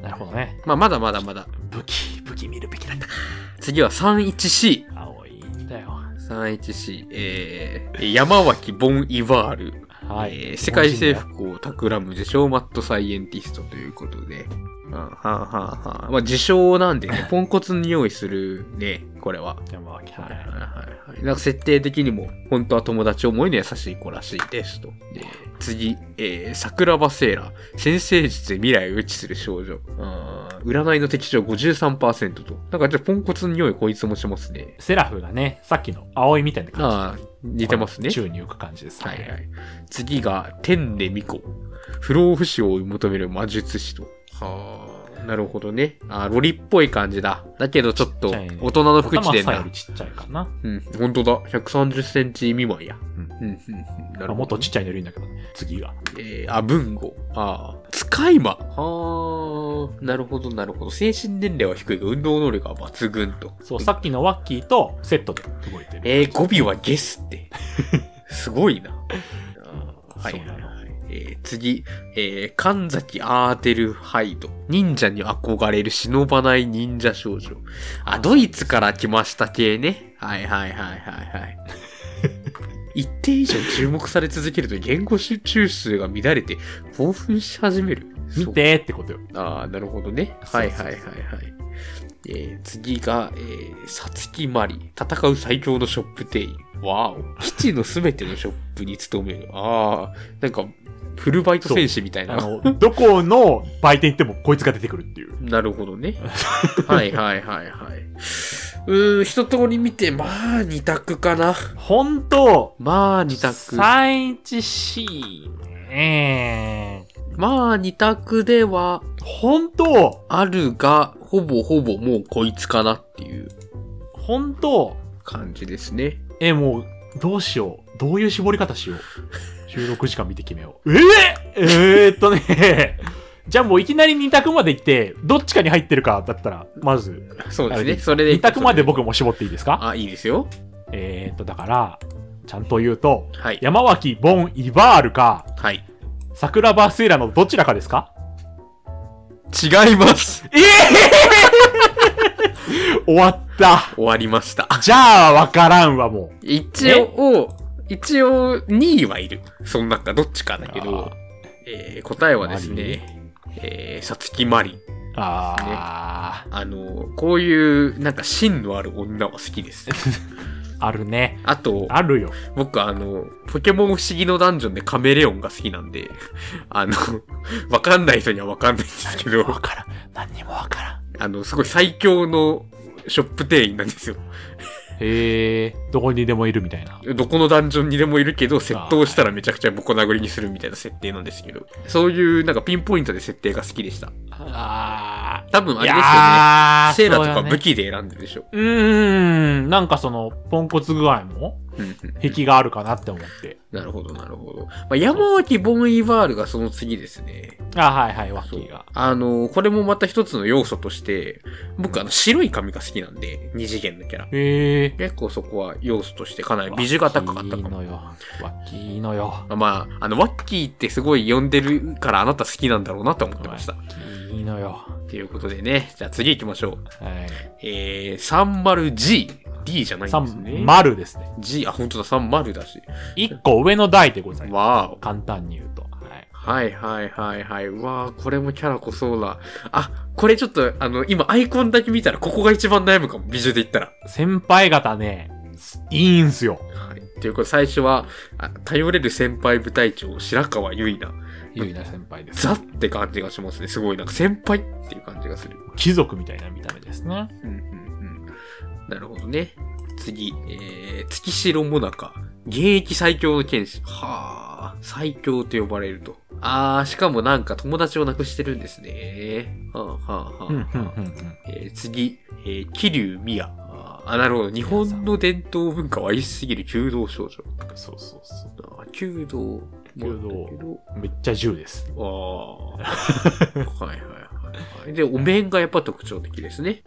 う。なるほどね。
まあまだまだまだ。
武器、武器見るべきだったか。
次は 31C。
葵だよ。
31C。えー、山脇ボン・イバール。
はい。
えー世界征服を企む自称マッドサイエンティストということで。うん、はんはんはん。まあ自称なん でね、ポンコツに用意するね、これは。
山脇。は
はいはい
い。
はい。なんか設定的にも、本当は友達思いの優しい子らしいですと。で、次、えー、桜庭セーラー。先生術で未来を予知する少女。うーん占いの適性53%と。なんかじゃあポンコツの匂いこいつもしますね。
セラフがね、さっきの葵みたいな感じ。
ああ、似てますね。
宙に浮く感じですね。
はいはい。次が、天で巫女。不老不死を追い求める魔術師と。はあ。なるほどね。あーロリっぽい感じだ。だけどちょっと、
ちっちゃいね
大人の服着て
頭
ん
さ
だ
より。ちっちゃいかな。
うん、本当だ。130センチ未満や。
ん
うん、うん、うん。な
あもっとちっちゃいのいるんだけど、次が。
えー、あ、文語。ああ。使い魔。はあ。なるほど、なるほど。精神年齢は低いが、運動能力は抜群と。
そう、さっきのワッキーとセットで動いてる。
えー、語尾はゲス って。すごいな。あーはい
そうなの
えー次、えー、神崎アーテルハイド。忍者に憧れる忍ばない忍者少女。あ、ドイツから来ました系ね。はいはいはいはい はい。一定以上注目され続けると言語集中数が乱れて興奮し始める。
見てーってことよ。
そう。ああ、なるほどね。
そう
はい
そう
は
そ
いうはいはい。えー次が、えー、さつきまり。戦う最強のショップ店員。わお。基地のすべてのショップに勤める。ああ、なんか、フルバイト戦士みたい
あ
な。
の、どこの売店行ってもこいつが出てくるっていう。
なるほどね。 はいはいはいはい。うーん、一通り見て、まあ、二択かな。
ほんと、
まあ、二択。
31C ね。
まあ、二択では
ほんと、
あるが、ほぼほぼもうこいつかなっていう
ほんと、
感じですね。
え、もう、どうしよう。どういう絞り方しよう。収録時間見て決めよう。 えええーっとね。じゃあもういきなり2択まで行って、どっちかに入ってるかだったら、まず、
そうです
あれ
ね。それで。
2択まで僕も絞っていいですか
あ、いいですよ。
えーっと、だから、ちゃんと言うと、
はい。
山脇、ボン、イバールか、
はい。
桜バスイラのどちらかですか
違います。
ええ 終わった。
終わりました。
じゃあ、わからんわ、もう。
一応、一応、2位はいる。その中、どっちかだけ
あ
ど
ー、
えー、答えはですね、えー、さつきまり。
あ
あの、こういう、なんか芯のある女は好きです。
ー、あるね。
あと、
あるよ。
僕あの、ポケモン不思議のダンジョンでカメレオンが好きなんで、あの、わかんない人にはわかんないんですけど
わ、からん。何にもわからん。
あの、すごい最強のショップ店員なんですよ。
へえ、どこにでもいるみたいな。
どこのダンジョンにでもいるけど、窃盗したらめちゃくちゃボコ殴りにするみたいな設定なんですけど、そういうなんかピンポイントで設定が好きでした。
あ
多分
あ
あれですよね。セーラとか武
武器。
器で選んでるでしょ。
うーん、なんかその、ポンコツ具合も、
うんうん
壁があるかなって思って。
なるほど、なるほど。まあ、山脇ボンイバールがその次ですね。
あはいはい、ワッキ
そう
ーが。
あの、これもまた一つの要素として、僕あの白い髪が好きなんで、二次元のキャラ。
へえ。
結構そこは要素としてかなり美女が高かっ
ワッ
た
キ
か
ー
も
の。よ。ワッキーのよ。
まあ、あの、ワッキーってすごい呼んでるからあなた好きなんだろうなと思ってました。
ワッキーのよ。
ということでね、じゃあ次行きましょう。
はい。
えー、30G。D じゃないんですね。
3、丸ですね。
G、あ、本当だ、30だし。
1個上の台でございます。
わーお。
簡単に言うと。はい。
はいはいはいはい。わあ、これもキャラ濃そうだ。あ、これちょっと、あの、今アイコンだけ見たら、ここが一番悩むかも。美女で言ったら。
先輩方ね、いいんすよ。
はい。ということで、最初は、あ頼れる先輩部隊長、白川結菜。
ゆいな先輩です。
ザって感じがしますね。すごい、なんか先輩っていう感じがする。
貴族みたいな見た目ですね。
うんうんうん。なるほどね。次、えー、月城もなか。現役最強の剣士。はあ、最強と呼ばれると。あー、しかもなんか友達を亡くしてるんですね。はあ、はあ、はあ。
うんうんうんうん
えー次、えー、桐生美也。あーあ、なるほど。日本の伝統文化を愛しすぎる弓道少女。
そうそうそ
あー弓道。
弓道うめっちゃ銃です
ああ。 はいはいはいはい。で、お面がやっぱ特徴的ですね。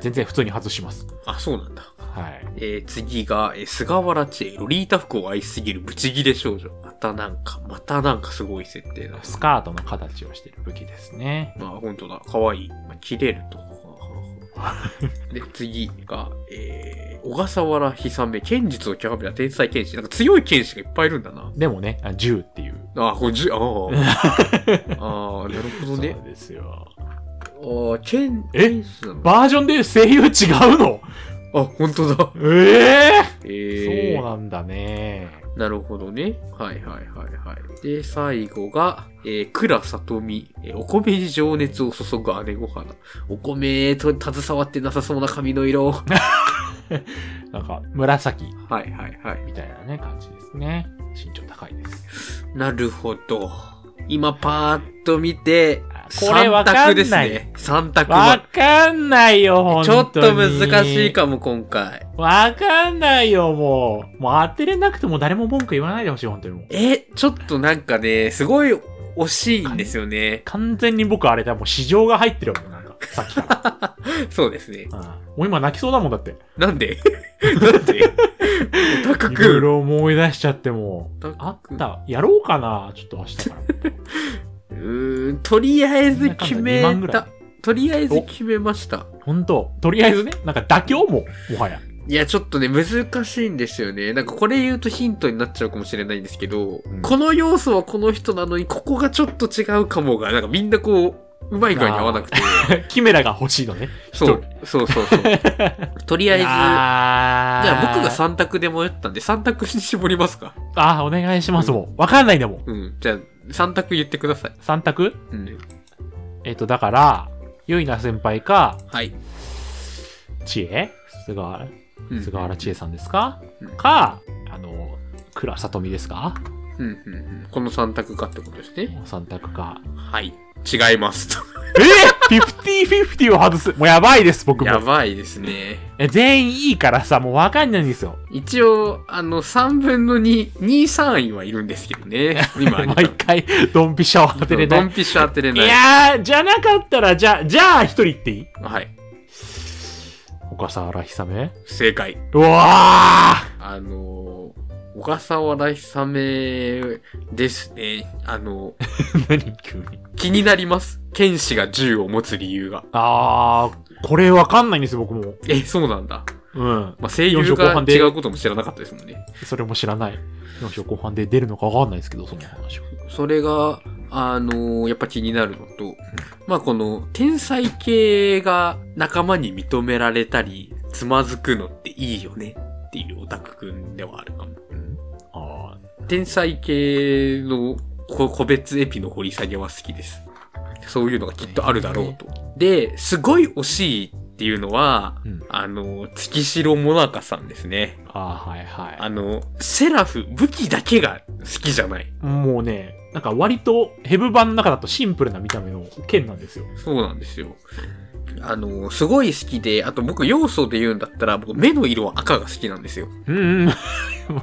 全然普通に外します
あ、そうなんだ。
はい
えー次が、えー菅原千恵、ロリータ服を愛しすぎるブチギレ少女。またなんか、またなんかすごい設定だ。
スカートの形をしている武器ですね
まあ、ほんとだ。かわいい。まあ、切れると。 で、次が、えー、小笠原久め、剣術を極めた天才剣士。なんか強い剣士がいっぱいいるんだな。
でもねあ銃っていう
あ、これじゅ、あー あー、なるほどね
そ。うですよ
あー、剣、
え
剣士なの
バージョンで声優違うの
あ、ほんとだ。
ええ
えー、
そうなんだね
なるほどね。はいはいはいはい。で、最後が、えー、倉さとみ、えーお米に情熱を注ぐ姉御花。お米と携わってなさそうな髪の色。はい
なんか紫
はいはい。
みたいなね感じですね身長高いです
なるほど。今パーッと見て
あ、これ
三
わかんない
択ですね。三択
わ
は。
かんないよ本
ちょっ
当に
と難しいかも今回。
わかんないよもうもう当てれなくても誰も文句言わないでほしい本当にもう
え、ちょっとなんかね、すごい惜しいんですよね。
完全に僕あれだもう市場が入ってるもんなんかさっきから、
そうですね。
うんもう今泣きそうだもんだって
なんで なん でオタク
いろい
くん。
ろ思い出しちゃってもう
オタク
あったやろうかなちょっと明日 から
うーん、とりあえず決め
2万ぐらい
た。とりあえず決めました。
本当とりあえずねなんか妥協ももはや
いや、ちょっとね、難しいんですよね。なんかこれ言うとヒントになっちゃうかもしれないんですけど、
うん
この要素はこの人なのに、ここがちょっと違うかもが、なんかみんなこう、うまい具合に合わなくて。
キメラが欲しいのね
そう、そうそ うそう。とりあえず、じゃ
あー
あ僕が3択で迷ったんで、3択に絞りますか。
あーお願いしますもうわかんないんだもん
うん。じゃあ、3択言ってください。
3択
うん。
えっ、とだからゆいな先輩か
はい。
知恵菅原
うん
菅原千恵さんですか、
うん
かあの倉里美ですか
うんうんうん。この3択かってことですね。
3択か
はい。違いますと。
えー、50-50を外すもうやばいです僕
や
も
ばいですね。
え全員いいからさもうわかんないんですよ
一応、あの、3分の2、2、3位はいるんですけ どね。今、
毎回ドンピシャを当てれな
ド
い
ンピシャ当てれ
い
ない。
やーじゃなかったらじゃあじゃあ一人言っていい
はい。
小笠原久め
正解。
うわ
あのー、小笠原久めですね。あの、
ー 何急に
気にな ります。剣士が銃を持つ理由が。
あーこれわかんないんですよ僕も
え、そうなんだ。
うん
まあ、声優
40後
が
半で
違うことも知らなかったですもんね。
それも知らない4章後半で出るのかわかんないですけどその話は
それが、あのーやっぱ気になるのと、まあこの天才系が仲間に認められたり、つまずくのっていいよねっていうオタクくんではあるかも。
あ
天才系のこ個別エピの掘り下げは好きです。そういうのがきっとあるだろうと。で、すごい惜しいっていうのは、
うん
あの、月城もなかさんですね。
ーあーはいはい
あの、セラフ、武器だけが好きじゃない。
もうね、なんか割とヘブ版の中だとシンプルな見た目の剣なんですよ。
そうなんですよ。あの、すごい好きで、あと僕要素で言うんだったら、僕目の色は赤が好きなんですよ。
うん うん。もう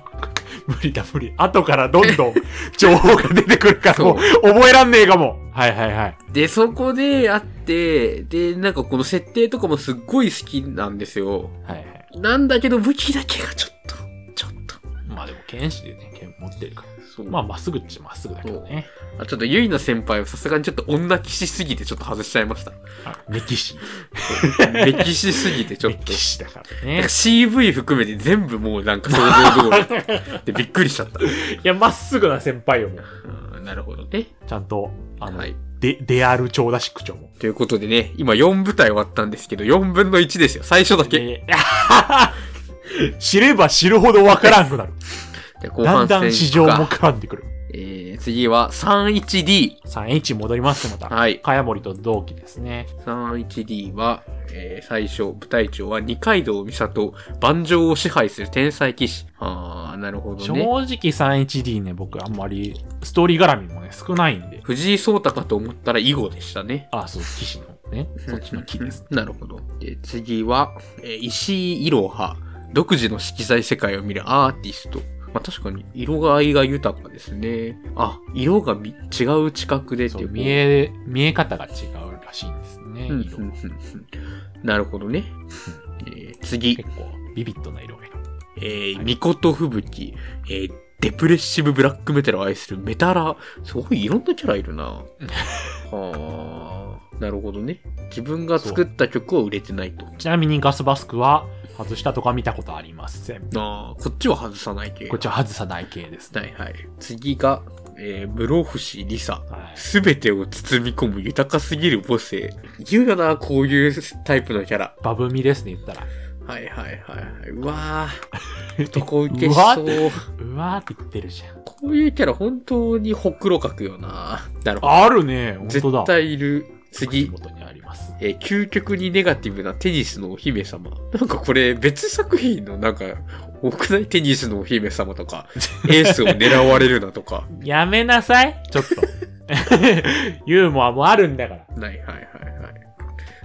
無理だ無理。後からどんどん情報が出てくるからもう覚えらんねえかも。はいはいはい。
で、そこであって、で、なんかこの設定とかもすっごい好きなんですよ。
はいはい。
なんだけど武器だけがちょっと、ちょっと。
まあでも剣士でね、剣持ってるか
そう
ら。まあまっすぐっちゃまっすぐだけどね。
あ、ちょっとゆいな先輩はさすがにちょっと女騎士すぎてちょっと外しちゃいま した。
あメキシ。
歴史すぎてちょっ
メ
と
キ。シだから
なん
ね
か。CV 含めて全部もうなんか想像通 り。で、びっくりしちゃった。
いや、まっすぐな先輩よ、もう。
うん、なるほどね。
ちゃんと、あの、
はい。
で、デアル調だし、区長も。
ということでね、今4部隊終わったんですけど、4分の1ですよ、最初だけ。
えー 知れば知るほどわからんくなる。
じゃあ後
だん
半
だん
戦
市
行
場
く
も
か。
絡んでくる。
ええー、次は 31D。
3H 戻りますねまた。
はい。
茅森と同期ですね。
31D は、えー最初、部隊長は二階堂美里、万丈を支配する天才騎士。あー、なるほど
正
ね。
直 3HD ね、僕あんまりストーリー絡みもね、少ないんで。
藤井聡太かと思ったら囲碁でしたね。
あ、そう、騎士のね、そっちの騎 です。
なるほど。で次は、えー石井いろは。独自の色彩世界を見るアーティスト。まあ、確かに色が愛が豊かですね。あ、色がみ違う近くでって
そ
いうう。
見え、見え方が違うらしいんですね、
うんうん
色
うんうんなるほどね。えー次、
結構ビビッドな色合い。
えー、ミコト吹雪。えーデプレッシブブラックメタルを愛するメタラ。すごいいろんなキャラいるな。はあ。なるほどね。自分が作った曲を売れてないと。
ちなみにガスバスクは外したとか見たことありません。
ああ、こっちは外さないけ
こっちは外さない系ですね。
はいはい。次が、えー、室伏リサ。
はい
すべてを包み込む豊かすぎる母性。言うよな、こういうタイプのキャラ。
バブミですね、言ったら。
はいはいはいはい。うわ ぁ、男受けし
わ
そ
ー
う。
うわーって言ってるじゃん。
こういうキャラ本当にほくろかくよな。なるほど。
あるね、本当だ。
絶対いる。
口
次。
元にあります。
えー究極にネガティブなテニスのお姫様。なんかこれ別作品のなんか多くないテニスのお姫様とか、エースを狙われるなとか。
やめなさいちょっと。 ユーモアもあるんだから。
はいはいはいはい。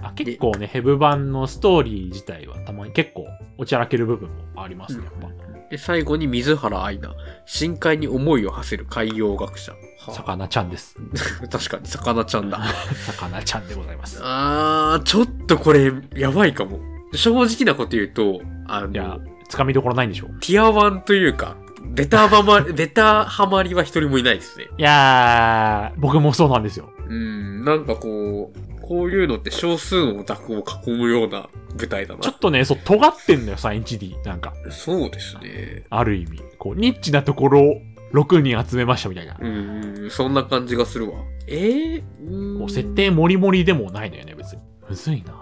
あ結構ね、ヘブ版のストーリー自体はたまに結構おちゃらける部分もありますね、やっ
で、最後に水原愛菜。深海に思いを馳せる海洋学者。
ぱ。
は
魚ちゃんです。
あ確かに、魚ちゃんだ。
魚ちゃんでございます。
あー、ちょっとこれ、やばいかも。正直なこと言うと、あ
いや
の、、
つかみどころないんでしょ
ティアワンというか、ベタバマ、 ベタハマりは一人もいないですね。
いやー、僕もそうなんですよ。
うん、なんかこう、こういうのって少数のオタクを囲むような舞台だ
ちょっ
な。
とね、そう、尖ってんだよ、3HD。なんか、
そうですね。
ある意味。こう、ニッチなところを6人集めましたみたいな。
うん、そんな感じがするわ。えー、うん
こう、設定もりもりでもないのよね、別に。むずいな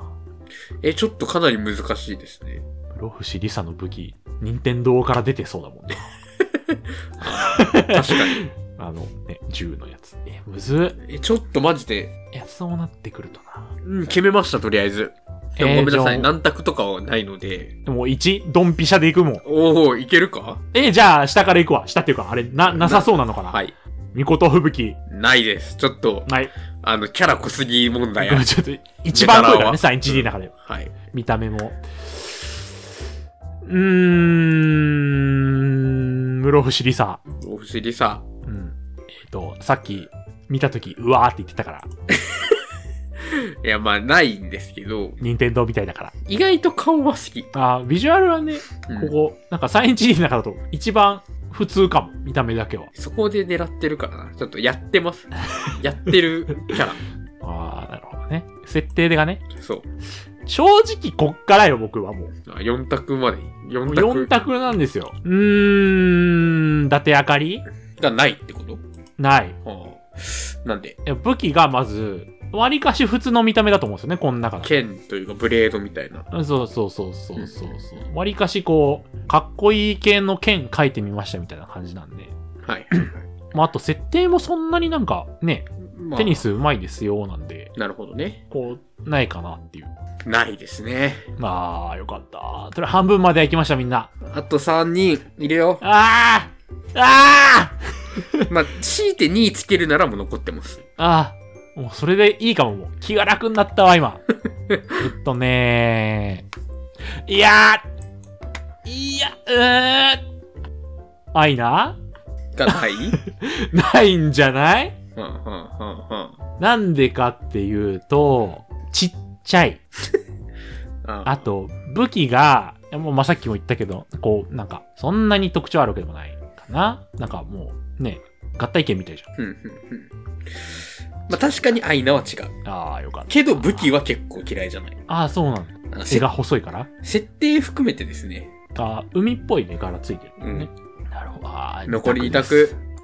え、ちょっとかなり難しいですね。
室伏リサの武器、任天堂から出てそうだもんね。
確かに。
あの、ね、銃のやつ。え、むずっ
え、ちょっとマジで、
いや、そうなってくるとな
うん、決めました、とりあえず。でも
えー
ごめんなさい、
じゃあ
何択とかはないので。
でも、1、ドンピシャで行くもん。
おお、いけるか
え、じゃあ、下から行くわ。下っていうか、あれ、な、なさそうなのかな。。
はいい。
みこと吹雪。
ないです。ちょっと、
ない。
あの、キャラ濃すぎ問題ある
ちょっと、一番遠いからね、
出たらは
3HD の中で。
はい。
見た目も。うーん、室伏リサ。
お不思議さ。
うん。えっ、と、さっき、見たとき、うわーって言ってたから、
いや、まあ、ないんですけど、
任天堂みたいだから。
意外と顔は好き。
あービジュアルはね、
うん
ここ、なんか 3HD の中だと一番普通かも、見た目だけは。
そこで狙ってるからな。ちょっとやって ます。やってるキャラ。
ああ、なるほどね。設定がね、
そう。
正直こっからよ、僕はもう。
あ4択まで。4択
4択なんですよ。うーん、伊達あかり
がないってこと
ない。
はあ、なんで、
いや武器がまず、わりかし普通の見た目だと思うんですよね、この中だと。
剣というかブレードみたいな。
そうそうそうそうそうそう。わりかしこう、かっこいい系の剣書いてみましたみたいな感じなんで。
はい。
まあ、あと設定もそんなになんかね、
まあ
テニ。スうまいですよなんで、
なるほどね。
こう、ないかなっていう。
ないですね。
まあ、よかった。それ半分までは行きましたみんな。
あと3人いる よ。
ああああ
まあ、強いて2位つけるならもう残ってます。
ああもうそれでいいかも、もう。気が楽になったわ、今。えっとねー。いやーいや、うーん。あいな
が ない
ないんじゃない
うんうんうんうん。
なんでかっていうと、ちっちゃい。
あ
あと、武器が、いやもうまあさっきも言ったけど、こう、なんか、そんなに特徴あるわけでもないかな。なんかもう、ね、合体剣みたいじ
うんうんうん。まあ、確かにアイナは違う。
ゃん。ああ、よかった。
けど武器は結構嫌いじゃない。
ああ、そうなんだ。
あの
背
せ
が細いから。
設定含めてですね。
あー海っぽいね、柄ついてるもんね。なるほど。あー
残り2。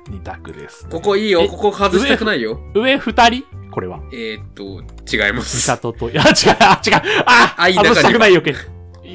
2択です。
ここいいよ。
え
ここ外したくないよ。
上2人これは。
えー、っと、違いま
美
す。
里と、い や、違う、あ、違う。あ
あいい中に
外したくない、余計に。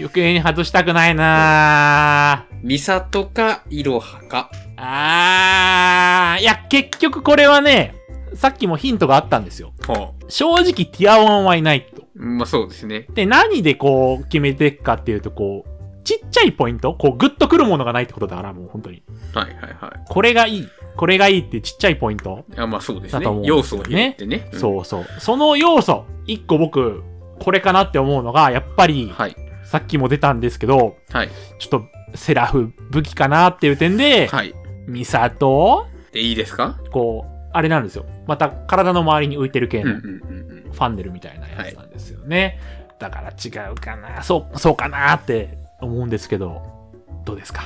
余計に外したくないなー
ミサトかイロハか。
ああー、いや、結局これはね、さっきもヒントがあったんですよ。
は
正直、ティアワンはいないと。
あ、まあそうですね。
で、何でこう、決めていくかっていうと、こう、ちっちゃいポイントこう、グッとくるものがないってことだから、もう本当に。
はいはいはい。
これがいい。これがいいっていうちっちゃいポイント。
あまあそうです
だ
ね
と思うん。
要素を入れてね。うん
そうそう。その要素、一個僕、これかなって思うのが、やっぱり、
はい。
さっきも出たんですけど、
はい。
ちょっと、セラフ、武器かなっていう点で、
はい。
ミサト、
で、いいですか
こう、あれなんですよ。また、体の周りに浮いてる系
うんう
の
んうん
ファンデルみたいなやつなんですよね。だから違うかな、そう、そうかなって思うんですけど、どうですか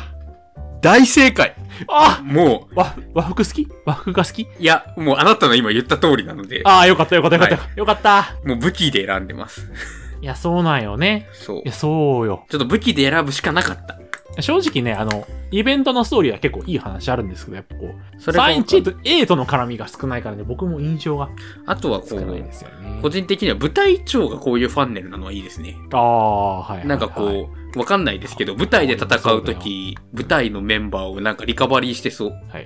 うん。大正解
あ
も
和和服好き和服が好き
う、いや、もうあなたの今言った通りなので、
ああ、よかったよかったよかった、よかった。
もう武器で選んでます。
いや、そうなんよね。
そう
いや、。そうよ。
ちょっと武器で選ぶしかなかった。
正直ね、あの、イベントのストーリーは結構いい話あるんですけど、やっぱこう、
それが
サインチート A との絡みが少ないからね、僕も印象が
あとはこ
少ないうで、すよね
個。人的には舞台長がこういうファンネルなのはいいですね。
ああ、はいはい、はい。
なんかこう、わかんないですけど、舞台で戦うとき、舞台のメンバーをなんかリカバリーしてそう。
はいはいはい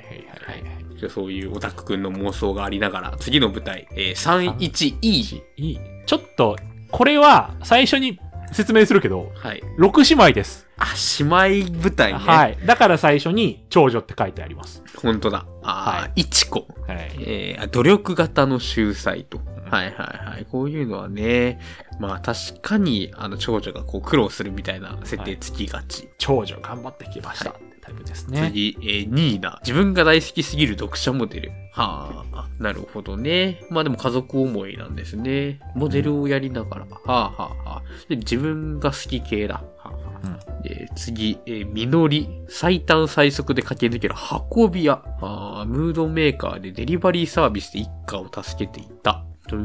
はい。
そういうオタクくんの妄想がありながら、次の舞台、えー 31E。
いい。ちょっと、これは最初に説明するけど、
はい。
6姉妹です。
あ、姉妹舞台ね。
はい。だから最初に長女って書いてあります。
本当だ。ああ、一子。
はい。
えーあ努力型の秀才と。はいはいはい。こういうのはね、まあ確かに、あの、長女がこう苦労するみたいな設定つきがち。
長女頑張ってきました。
は
ってタイプですね。
次、えーニーナ。自分が大好きすぎる読者モデル。はあ、なるほどね。まあでも家族思いなんですね。モデルをやりながら。はあはあはあ。で自分が好き系だ。はあはあえー次、えー、実り。最短最速で駆け抜ける運び屋。あームードメーカーでデリバリーサービスで一家を助けていた。うー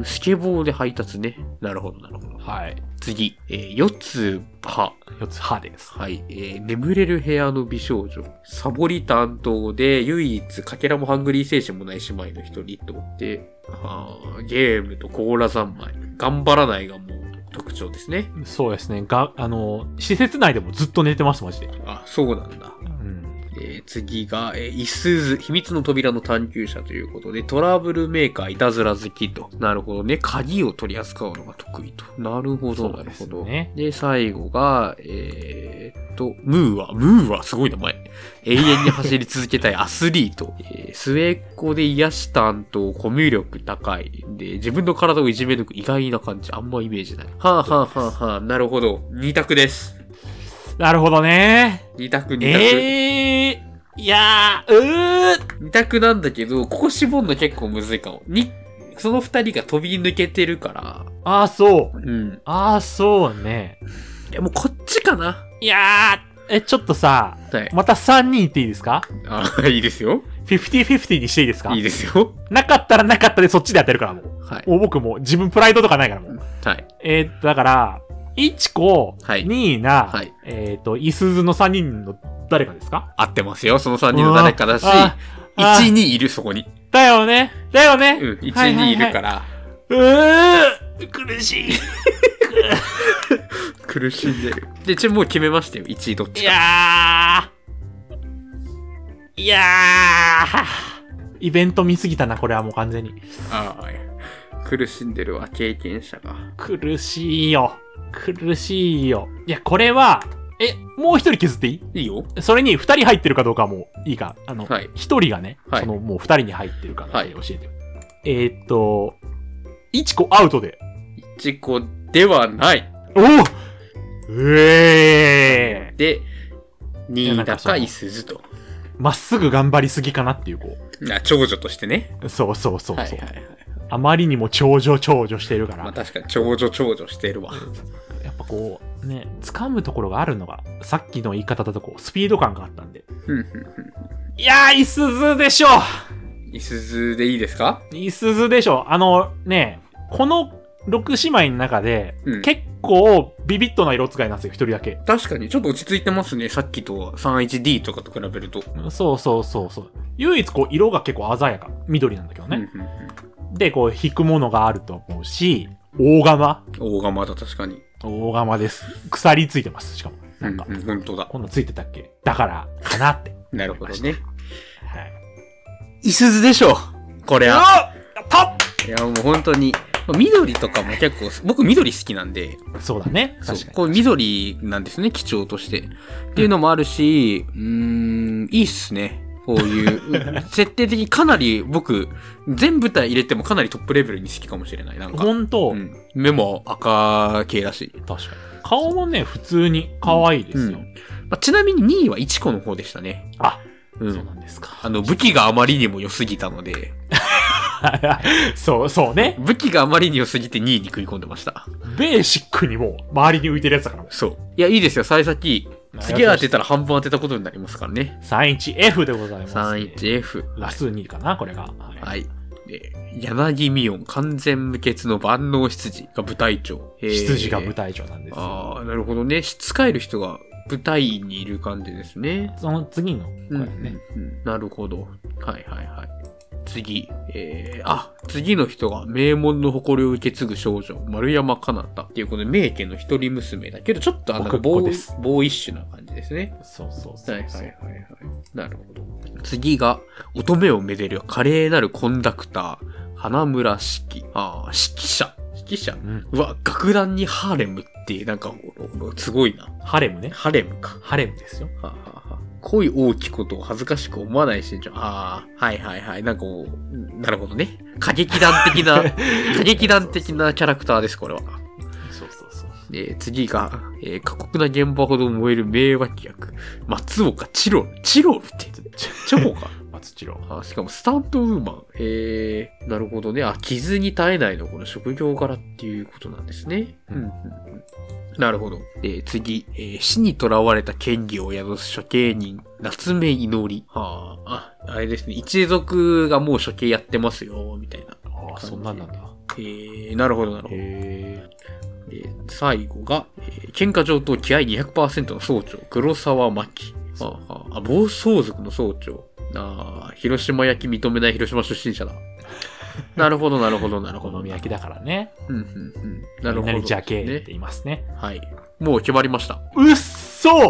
んスケボーで配達ね。なるほど、なるほど。
はい。
次、えー、四つ葉。
四つ歯です。
はい、えー眠れる部屋の美少女。サボり担当で、唯一、かけらもハングリー精神もない姉妹の一人とって、あーゲームとコーラ三昧。頑張らないがもう特徴ですね。
そうですね。が、あの、施設内でもずっと寝てます、マジで。
あ、そうなんだ。
うん。
えー次が、えー、いすず、秘密の扉の探求者ということで、トラブルメーカー、いたずら好きと。なるほどね。鍵を取り扱うのが得意と。なるほど、
そ
な
う
る
です
ほ
ね
ど。で、最後が、えーっと、ムーア、ムーア、すごい名前。永遠に走り続け たいアスリート。えー末っ子で癒し担当、コミュ力高い。で、自分の体をいじめ抜く意外な感じ。あんまイメージない。はあ、はあはあはあ、なるほど。二択です。
なるほどね。
二択、二択。
ええー、いやー、うー
二択なんだけど、ここ絞んの結構むずいかも。に、その二人が飛び抜けてるから。
ああ、そう。
うん。
ああ、そうね。
いや、もうこっちかな。
いやー、え、ちょっとさ、
はい。
また3人っていいですか
あ、いいですよ。
50-50にしていいですか
いいですよ。
なかったらなかったでそっちで当てるからもう。
はい。
もう僕もう自分プライドとかないからもう。
はい。
えー、だから、いちこ、
はい
ニーナ、
はい
えっ、と、いすずの3人の誰かですか
合ってますよ。その三人の誰かだし、
ああ
一人いる、そこに。
だよねだよね、
うん、一
はいはいはい
人いるから、
うー苦し
苦しんでる。で、ちょ、もう決めましたよ。一位どっ
い。い
ちか。
やー。いやー。イベント見すぎたな、これはもう完全に。
ああ、いや苦しんでるわ、経験者が。
苦しいよ。苦しいよ。いや、これは、え、もう一人削っていい
いいよ。
それに二人入ってるかどうかはもういいか。あの、一、
はい
人がね、
はい
そのもう二人に入ってるかだけ教
は
えてよ。えー、っと、一個アウトで。
一個ではない。
おおうえー
で、
いや
二
な
位
んか
だ
その
か、いすずと。
まっすぐ頑張りすぎかなっていう、こ
あ長女としてね。
う。そうそうそうそう、
はいはいはい。
あまりにも長女長女してるから、
まあ確かに長女長女してるわ。
やっぱこう、ね、掴むところがあるのが、さっきの言い方だとこう、スピード感があったんで。
うんうんう
いやー、いすずでしょ
んいすずでいいですか
いすずでしょあのねこの6姉妹の中で、
うん
結構ビビッとな色使いなんですよ一人だけ
確かにちょっと落ち着いてますね。さっきと 31D とかと比べると。
そうそうそうそう唯一こう色が結構鮮やか緑なんだけど
うん
ね、
うんうん
でこう引くものがあると思うし大釜
大釜だ、確かに。
大釜です鎖ついてますしかもなんか、
うんうん、本当だ。
こんなんついてたっけだからかなって
なるほどね。
はい。
いすずでしょこれは。
あやった
いや、もう本当に。緑とかも結構、僕緑好きなんで、
そうだね。
そう
確かに。
こう緑なんですね、基調として。っていうのもあるし、うーん、いいっすね。こ ういう、設定的にかなり僕、全部隊入れてもかなりトップレベルに好きかもしれない。なんか、
本当、
うん、目も赤系だし。
確かに。顔もね、普通に可愛いですよ。
うんまあちなみに2位は一子の方でしたね。
あ、
う。
そうんなんですか。
あの、武器があまりにも良すぎたので、
そう、そうね。
武器があまりに良すぎて2位に食い込んでました。
ベーシックにもう周りに浮いてるやつだから。
そう。いや、いいですよ、幸先。次当てたら半分当てたことになりますからね。
31F でございます。。
31F。
ラス2かな、これが。はい
はい。で、柳美音完全無欠の万能執事が部隊長。へー
羊が舞台長なんですよ。
ああ、なるほどね。し使える人が部隊にいる感じですね。
その次の、これ
うん
ね。
うんうんなるほど。はいはいはい。次。えー、あ、次の人が名門の誇りを受け継ぐ少女、丸山かなたっていうこの名家の一人娘だけど、ちょっとあの、
僕
ボ
ここ
ー
です
ボーイッシュな感じですね。
そうそうそ
はいうはい
そ
は
う。
いはい。なるほど。次が、乙女をめでる華麗なるコンダクター、花村四季。ああ、指揮者。指揮者
うん。
うわ、楽団にハーレムっていう、なんか、すごいな。
ハレムね。
ハレムか。
ハレムですよ。
はあはあはあ恋大きいことを恥ずかしく思わないし、じゃああー、はいはいはい。なんかこう、うんなるほどね。歌劇団的 な、歌劇団的なキャラクターです、これは。
そうそうそう。
えー次が、えー過酷な現場ほど燃える名脇役、松岡チロル。チロルって、チョコか。
松千郎。
あ、しかもスタントウーマン。えー、なるほどね。あ、傷に耐えないの、この職業柄っていうことなんですね。
うん
うんうんなるほど。えー次、えー死に囚われた権利を宿す処刑人、夏目祈り。はあ、あ、あれですね。一族がもう処刑やってますよ、みたいな。
ああ、そんなんなんだ。
えー、なるほど、なるほど。
へ
えー最後が、えー喧嘩上等気合200%の総長、黒沢真希。あああ暴走族の総長。ああ、広島焼き認めない広島 出身者だ。なるほど、なるほど、な
え。
る
お
ほ
好
ど。
み焼きだからね。
うん、うん、うん。
な
なる
るほ
ほ
ど。
ど、
みんなにジャケーって
ね。
言いますね。
はい。もう決まりました。
うっそ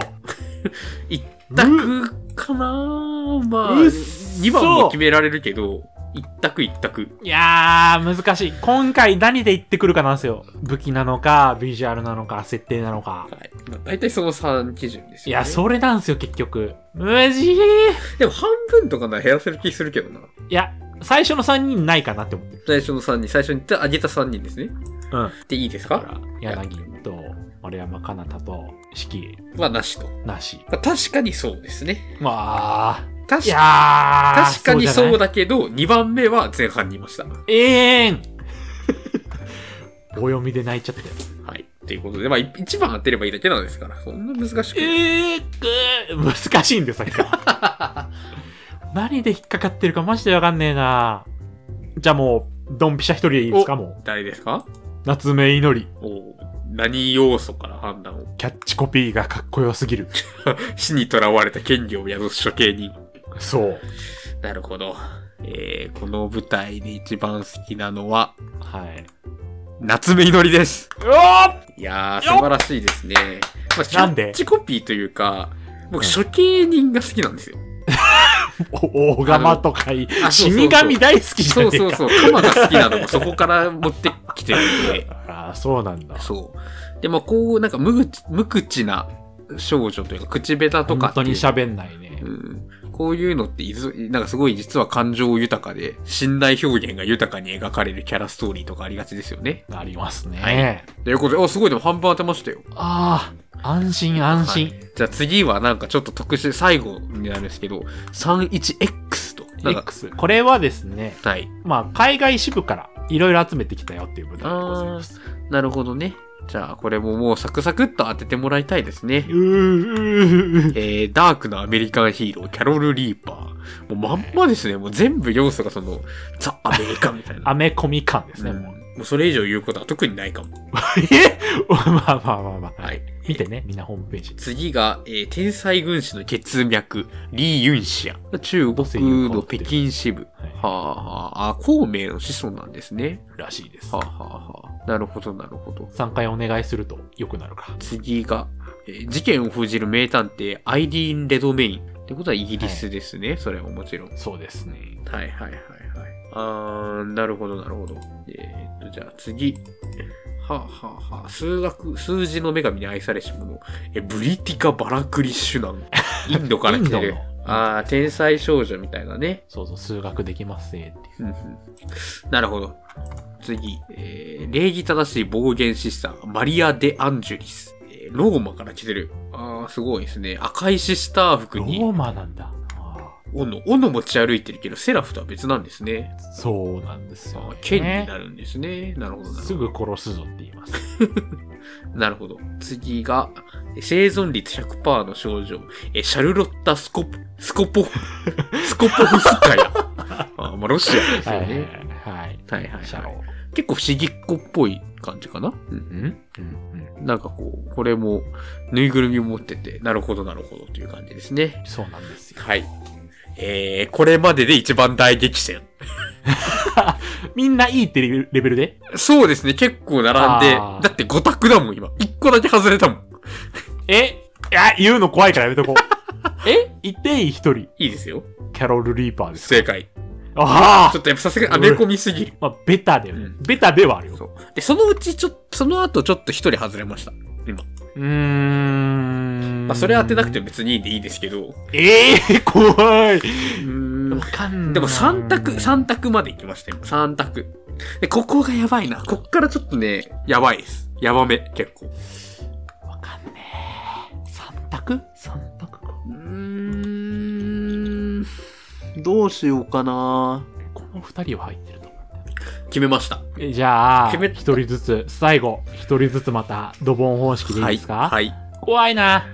一択かなまあ、
うっそ
2番も決められるけど、一択一択。
いやー、難しい。今回何で言ってくるかなんですよ。武器なのか、ビジュアルなのか、設定なのか。
はい。まあ、大体その3基準です
い
よ、ね。
や、それなんですよ、結局。無事い
でも半分とかなら減らせる気するけどな。
や、最初の3人ないかなって思ってる。
最初の3人、最初に言ってあげた3人ですね。
うん。
でいいです
だ
か
から、柳と、丸山かなたと、四季、
はなしと。
なし。
まあ確かにそうですね。
まあ、
確
いやー、
確かにそう
だ。
だけど、2番目は前半にいました。は
えーん お読みで泣いちゃったよ。
い。ということで、まあ、1番当てればいいだけなんですから、そんな難しくない。
えー、くー難しいんでさっきから 何で引っかかってるかマジでわかんねえなじゃあもうドンピシャ一人でいいですかもう
誰ですか
夏目祈り
おう何要素から判断を
キャッチコピーがかっこよすぎる
死に囚われた権利を宿す処刑人。
そう
なるほど。えー、この舞台で一番好きなのは、
はい
夏目祈りです。
うわ
いやー、
よっ
素晴らしいですね。ま
な
あ、
んで
キャッチコピーというか、僕、
う
処刑人が好きなんですよ。
お大釜とかい
あのあそうそうそう
死神大好きじゃ
そ
ね
う
え
そう
か
そう。鎌が好きなのもそこから持ってきてるんで。
ああそうなんだ
そう。で、まあ、こう、なんか無口、無口な少女というか、口下手と
本
かって
当
いう
に喋んないね
うん。こういうのっていず、なんかすごい実は感情豊かで、信頼表現が豊かに描かれるキャラストーリーとかありがちですよね。
ありますね、
ということで、あ、すごい、でも半分当てましたよ。
ああ安心安心、
はいじゃあ次はなんかちょっと特殊、最後になるんですけど、31X と。なんか
X これはですね
はい。
まあ海外支部からいろいろ集めてきたよっていう舞台でございます
なるほどね。じゃあ、これももうサクサクっと当ててもらいたいですね
う。ーう
えー、ダークなアメリカンヒーロー、キャロル・リーパー。もうまんまですね。もう全部要素がその、ザ・アメリカみたいな。
アメコミ感ですね、
うん
もう。
もうそれ以上言うことは特にないかも。
え まあまあまあまあ。
はい。
見てね、みんなホームページ。
次が、えー天才軍師の血脈、リー・ユンシア。中国の北京支部。
はい
はあ、はあ、あ、孔明の子孫なんですね。
らしいです
はあ、。はあ、はあ。なるほど、なるほど。
3回お願いすると良くなるか。
次が、えー事件を封じる名探偵、アイディーン・レドメイン。ってことはイギリスですね、それはもちろん。
そうですね。
はいはいはいはい。あー、なるほどなるほど。えーっと、じゃあ次。はあ、はあはあ、数学、数字の女神に愛されし者。え、ブリティカ・バラクリッシュ ナン。インドから来て
イン
る
ド。の
あー、天才少女みたいなね。
そうそう、数学できますねっていう。
うんうんなるほど。次、えー礼儀正しい暴言シスター、マリア・デ・アンジュリス。えーローマから来てる。あー、すごいですね。赤いシスター服
ロ
に、
ーマなんだ。あ
斧、斧持ち歩いてるけど、セラフとは別なんですね。
ーそうなんですよ、
あ
ね
ー。剣になるんですね。なるほど、なるほ
す
ど。
ぐ殺すぞって言います。
なるほど。次が、えー生存率100%の少女、えーシャルロッタ・スコプ、スコ ポ、スコポフスカヤ。あーまあ、ロシアですよ
はい
ね。
はい。
はいはいはい
シャロ
結構不思議っ子っぽい感じかな。うん
ー。うんうん
なんかこう、これも、ぬいぐるみを持ってて、なるほどなるほどという感じですね。
うん。そうなんですよ。
はい。えー、これまでで一番大激戦。
みんないいってレベルで
そうですね、結構並んで、
あー
だって5択だもん、今。1個だけ外れたもん。
えいや、言うの怖いからやめ とこう。え言っていい一人。
いいですよ。
キャロル・リーパーです。
正解。
あ
ちょ
あ
っとやっぱさすがにアメ込みすぎる。
まあ、ベタだよ
う
ね
ん。
ベタではあるよ。
そう。で、そのうちちょっと、その後ちょっと1人外れました。今。
うーん。
まあ、それ当てなくても別にいいんでいいですけど。
ええー、怖い。
うん
わかんない。
でも3択、三択まで行きましたよ。3択。で、ここがやばいな。こっからちょっとね、やばいです。やばめ、結構。
わかんねえ。三択三択か。
うーん。どうしようかな。
この二人は入ってると思うんだよ
決めました。
えじゃあ、
決め
一人ずつ、最後、一人ずつまた、ドボン方式でいいですか、
はい。は
怖いな。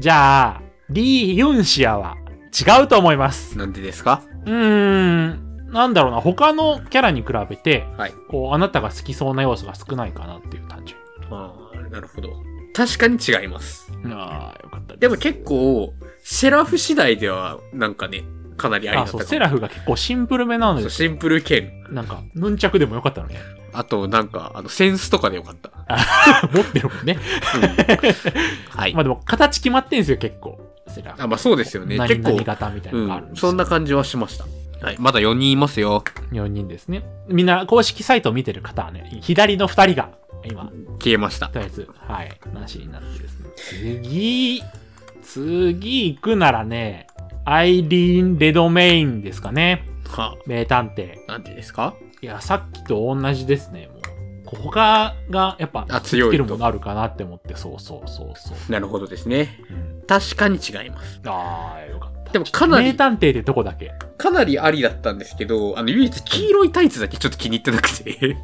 じゃあ、リー・ユンシアは違うと思います
い。。なんでですか
うーん、なんだろうな、他のキャラに比べて、
はい。
こう、あなたが好きそうな要素が少ないかなっていう単純。
ああ、なるほど。確かに違います。
ああ、よかったです。
でも結構、セラフ次第では、なんかね、かなりありだ
あ、
っ
そ
たかも
う、セラフが結構シンプルめなの
そう
で、
シンプル剣。
なんか、ヌンチャクでもよかったの ね。
あと、なんか、あの、センスとかでよかった。
持ってるもんね。
はい
ま。あでも、形決まってんすよ、結構。セラフ。
あまあそうですよね
何
結構
々型みたいな
う
のがあるん
ん
で。すよ
そんな感じはしました。はい。まだ4人いますよ。
4人ですね。みんな、公式サイトを見てる方はね、左の2人が、今、
消えました。
とりあえず、はい、なしになってですね。次、次行くならね、アイリーン・レドメインですかね。
は、
名探偵。
なんでですか
いや、さっきと同じですね、もう。ここが、が、やっぱ、
あ強いと
つけるものあるかなって思って、そうそうそうそう。
なるほどですね。
うん、
確かに違います。
あー、よかった。
でもかなり
名探偵ってどこだっけ
かなりありだったんですけど、あの、唯一黄色いタイツだけちょっと気に入ってなくて。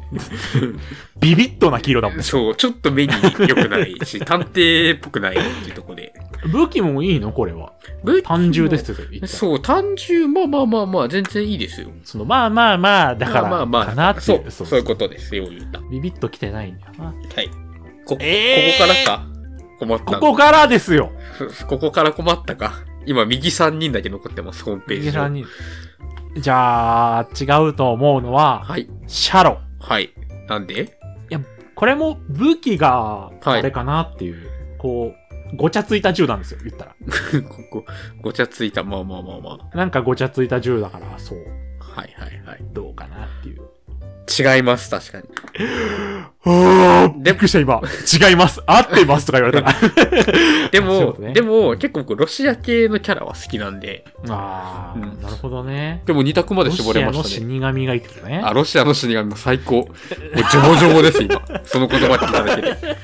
ビビッとな黄色だもん。
そう、ちょっと目に良くないし、探偵っぽくないっていうところで。
武器もいいのこれは。単純です。けど、一旦
そう、単純、まあまあまあまあ、全然いいですよ。
その、まあまあまあ、だから、
まあまあま
か
あ、
なってい。
そうう、そういうことですよ、言った。は
ビビッと来てないんだよな。
い。こ、
えー
ここからか。困った
こ
の
こからですよ
ふ ここから困ったか。今、右3人だけ残ってます、ホームペー
右
ジ上
さんにじゃあ、違うと思うのは、
はい。
シャロ。
はい。なんで
これも武器が、
は
あ
い
れかなっていう、こう、ごちゃついた銃なんですよ、言ったら。
ここ、ごちゃついた。まあまあまあまあ。
なんかごちゃついた銃だから、そう、
はいはいは
どうかなっていう。
い。違います、確かに。
あー
で
びっくりした、今。違います。合ってますとか言われたら。そうい
で
う
も
こ、とね
でも、結構僕、ロシア系のキャラは好きなんで。
あ
う
ー、
ん
なるほどね。
でも、2択まで
ロシ
絞れ
ア
ま
の
した
死
ね。
神がいてるね。
あ、ロシアの死神も最高。もう、ジョボジョボです、今。その言葉聞いただけで。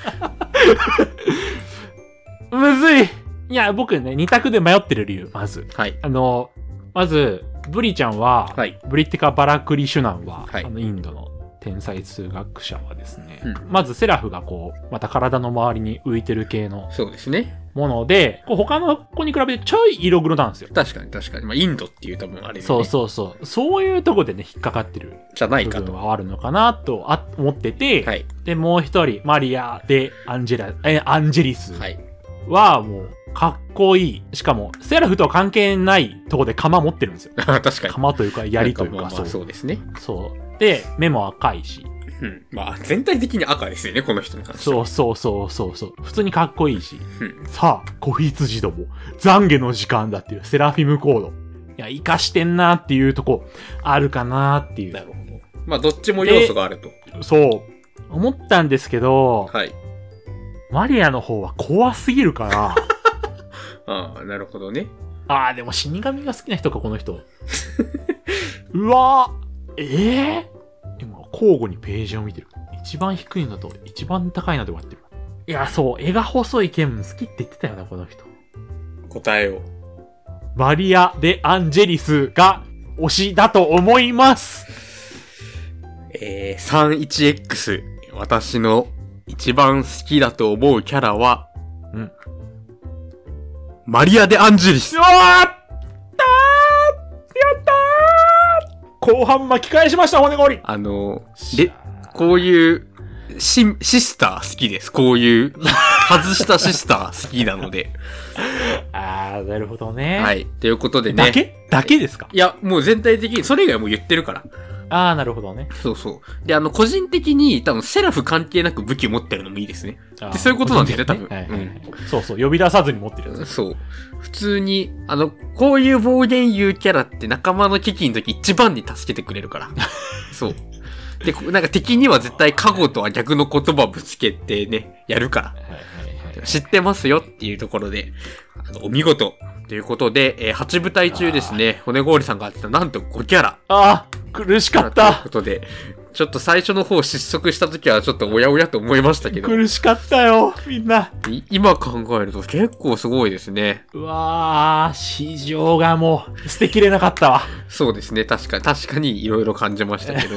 むずいいや、僕ね、二択で迷ってる理由、まず。
はい。
あの、まず、ブリちゃんは、
はい。
ブリティカ・バラクリシュナンは、
はい
あのインドの天才数学者はですね、
うん
まずセラフがこう、また体の周りに浮いてる系の
そうですね。
もので、こう他の子に比べてちょい色黒なんですよ。
確かに確かに。まあ、インドっていう多分あれでね
そうそうそう。そういうとこでね、引っかかってる
じゃな
部
いかと。
分
は
はあるのかなとあ思ってて、
い。
で、もう一人、マリア・でアンジェラ、え、アンジェリス
はい。
はもう、かっこいい。しかも、セラフとは関係ないとこで釜持ってるんですよ。
確かに。
釜というか、槍という
なん
か、
まあまあ
そう。
そうですね。
そう。で、目も赤いし、
うん。まあ、全体的に赤ですよね、この人に関して
そう
は。
そうそうそうそう。普通にかっこいいし。
うん。
さあ、子羊ども、懺悔の時間だっていうセラフィムコード。いや、活かしてんなっていうとこ、あるかなってい
なる
う。
ほど。まあ、どっちも要素があると。
そう。思ったんですけど、
はい。
マリアの方は怖すぎるから。
ああ、なるほどね。
ああ、でも死神が好きな人か、この人。 うわーええでも交互にページを見てる。一番低いのと一番高いので割ってる。いや、そう、絵が細い剣好きって言ってたよな、この人。
答えを。
マリア・デ・アンジェリスが推しだと思います。
えー、31X。私の一番好きだと思うキャラは、
うん。
マリア・デ・アンジェリス
う。わーったーやったー後半巻き返しました、骨氷
あの、で、こういう、シ、シスター好きです。こういう、外したシスター好きなの で。
あー、なるほどね。
はい。ということでね。
だけ、だけですか
いや、もう全体的に、それ以外もう言ってるから。
あー、なるほどね。
そうそう。で、あの、個人的に、多分セラフ関係なく武器持ってるのもいいですね。
あー
でそういうことなんだよね多分
はいはいはいそうそう、呼び出さずに持ってるやつ。
そう。普通に、あの、こういう暴言言うキャラって仲間の危機の時一番に助けてくれる から。そう。で、こうなんか敵には絶対過去とは逆の言葉ぶつけてね、やるから。
はいはいはい
知ってますよっていうところで、あのお見事ということで、えー、8部隊中ですね、骨氷さんが当てたなんと5キャラ
あー、苦しかっ
という
た
こ。とで、ちょっと最初の方失速した時はちょっとおやおやと思いましたけど、
苦しかったよ、みんな。
い今考えると結構すごいですね。
うわー、市場がもう、捨てきれなかったわ。
そうですね、確か確かにいろいろ感じまし たけど。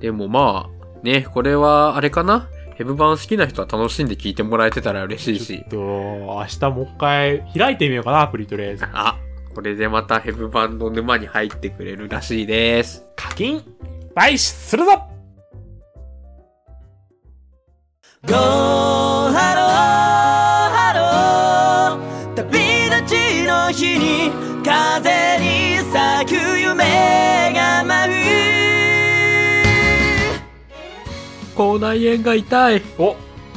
でもまあ、ね、これはあれかなヘブ版好きな人は楽しんで聞いてもらえてたら嬉しい
ちょ
し
っ。と、明日もう一回開いてみようかな、アプリとりあえず。
あ、これでまたヘブ版の沼に入ってくれるらしいです。
課金、買収するぞ
Go Hello Hello 旅立ちの日に風に咲く夢が舞う
口内炎が痛い。
お、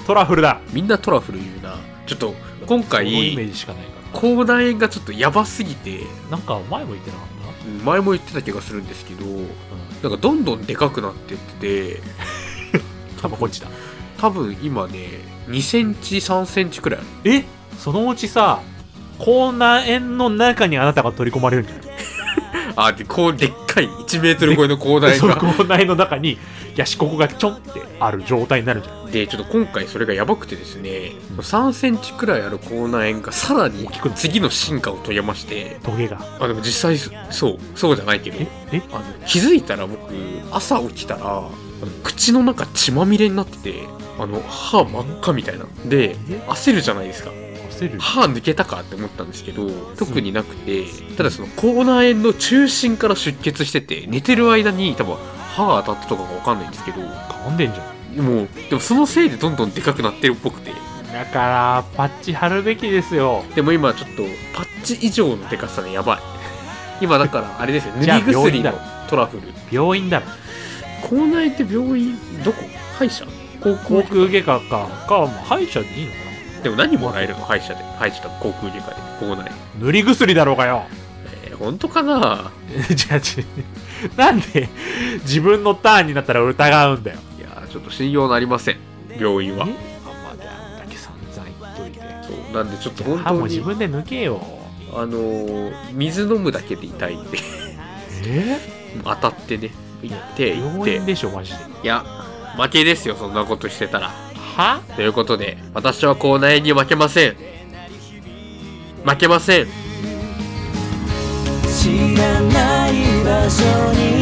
トラフルだ。
みんなトラフル言うな。ちょっと、今
そのイメ
回、
ージしかないから
口内炎がちょっとやばすぎて、
な。なんか前も言ってなかった
前も言ってた気がするんですけど、なんかどんどんでかくなってってて、
多分こっちだ。
多分今ね、2センチ、3センチくらいある。
えそのうちさ、口内炎の中にあなたが取り込まれるんじゃない
あ、で、こう、でっかい、1メートル超えの広大
その
が。
口内炎の中に、ヤシココがちょんってある状態になるんじゃない
で、ちょっと今回それがやばくてですね、
うん
3センチくらいある口内炎がさらに
大きくなる
次の進化を遂げまして、
トゲが。
あ、でも実際そ、そう、そうじゃないけど
え、え
あの、気づいたら僕、朝起きたら、あの口の中血まみれになってて、あの、歯真っ赤みたいな。で、焦るじゃないですか。
焦る
歯抜けたかって思ったんですけど特になくてただその口内炎の中心から出血してて寝てる間に多分歯が当たったとかが分かんないんですけど
噛んでんじゃん。
もうでもそのせいでどんどんでかくなってるっぽくて
だから、パッチ貼るべきですよ。
でも今ちょっとパッチ以上のでかさでやばい今だからあれですよ塗 り
じゃあ病
薬
院だ
のトラフル
病院だろ。
口内炎って病院どこ歯医者高
口
校
腔外科か、か、まあ、歯医者でいいのか
でも何もらえるの歯医者で歯医者と航空外科で口内炎
な塗り薬だろうがよ。
えー、本当かな
じゃあ、ちなんで、自分のターンになったら疑うんだよ。
いやーちょっと信用なりません病院
えあ
は
んまであんだけ散々言っといて。
そうなんでちょっと
歯も
本当
自
に
分で抜けよ。
あのー水飲むだけで痛い んで
え
当たってね行って行っ
病
て
院でしょ、マジで。
いや負けですよそんなことしてたら
は
ということで私は口内炎に負けません負けません
知らない場所に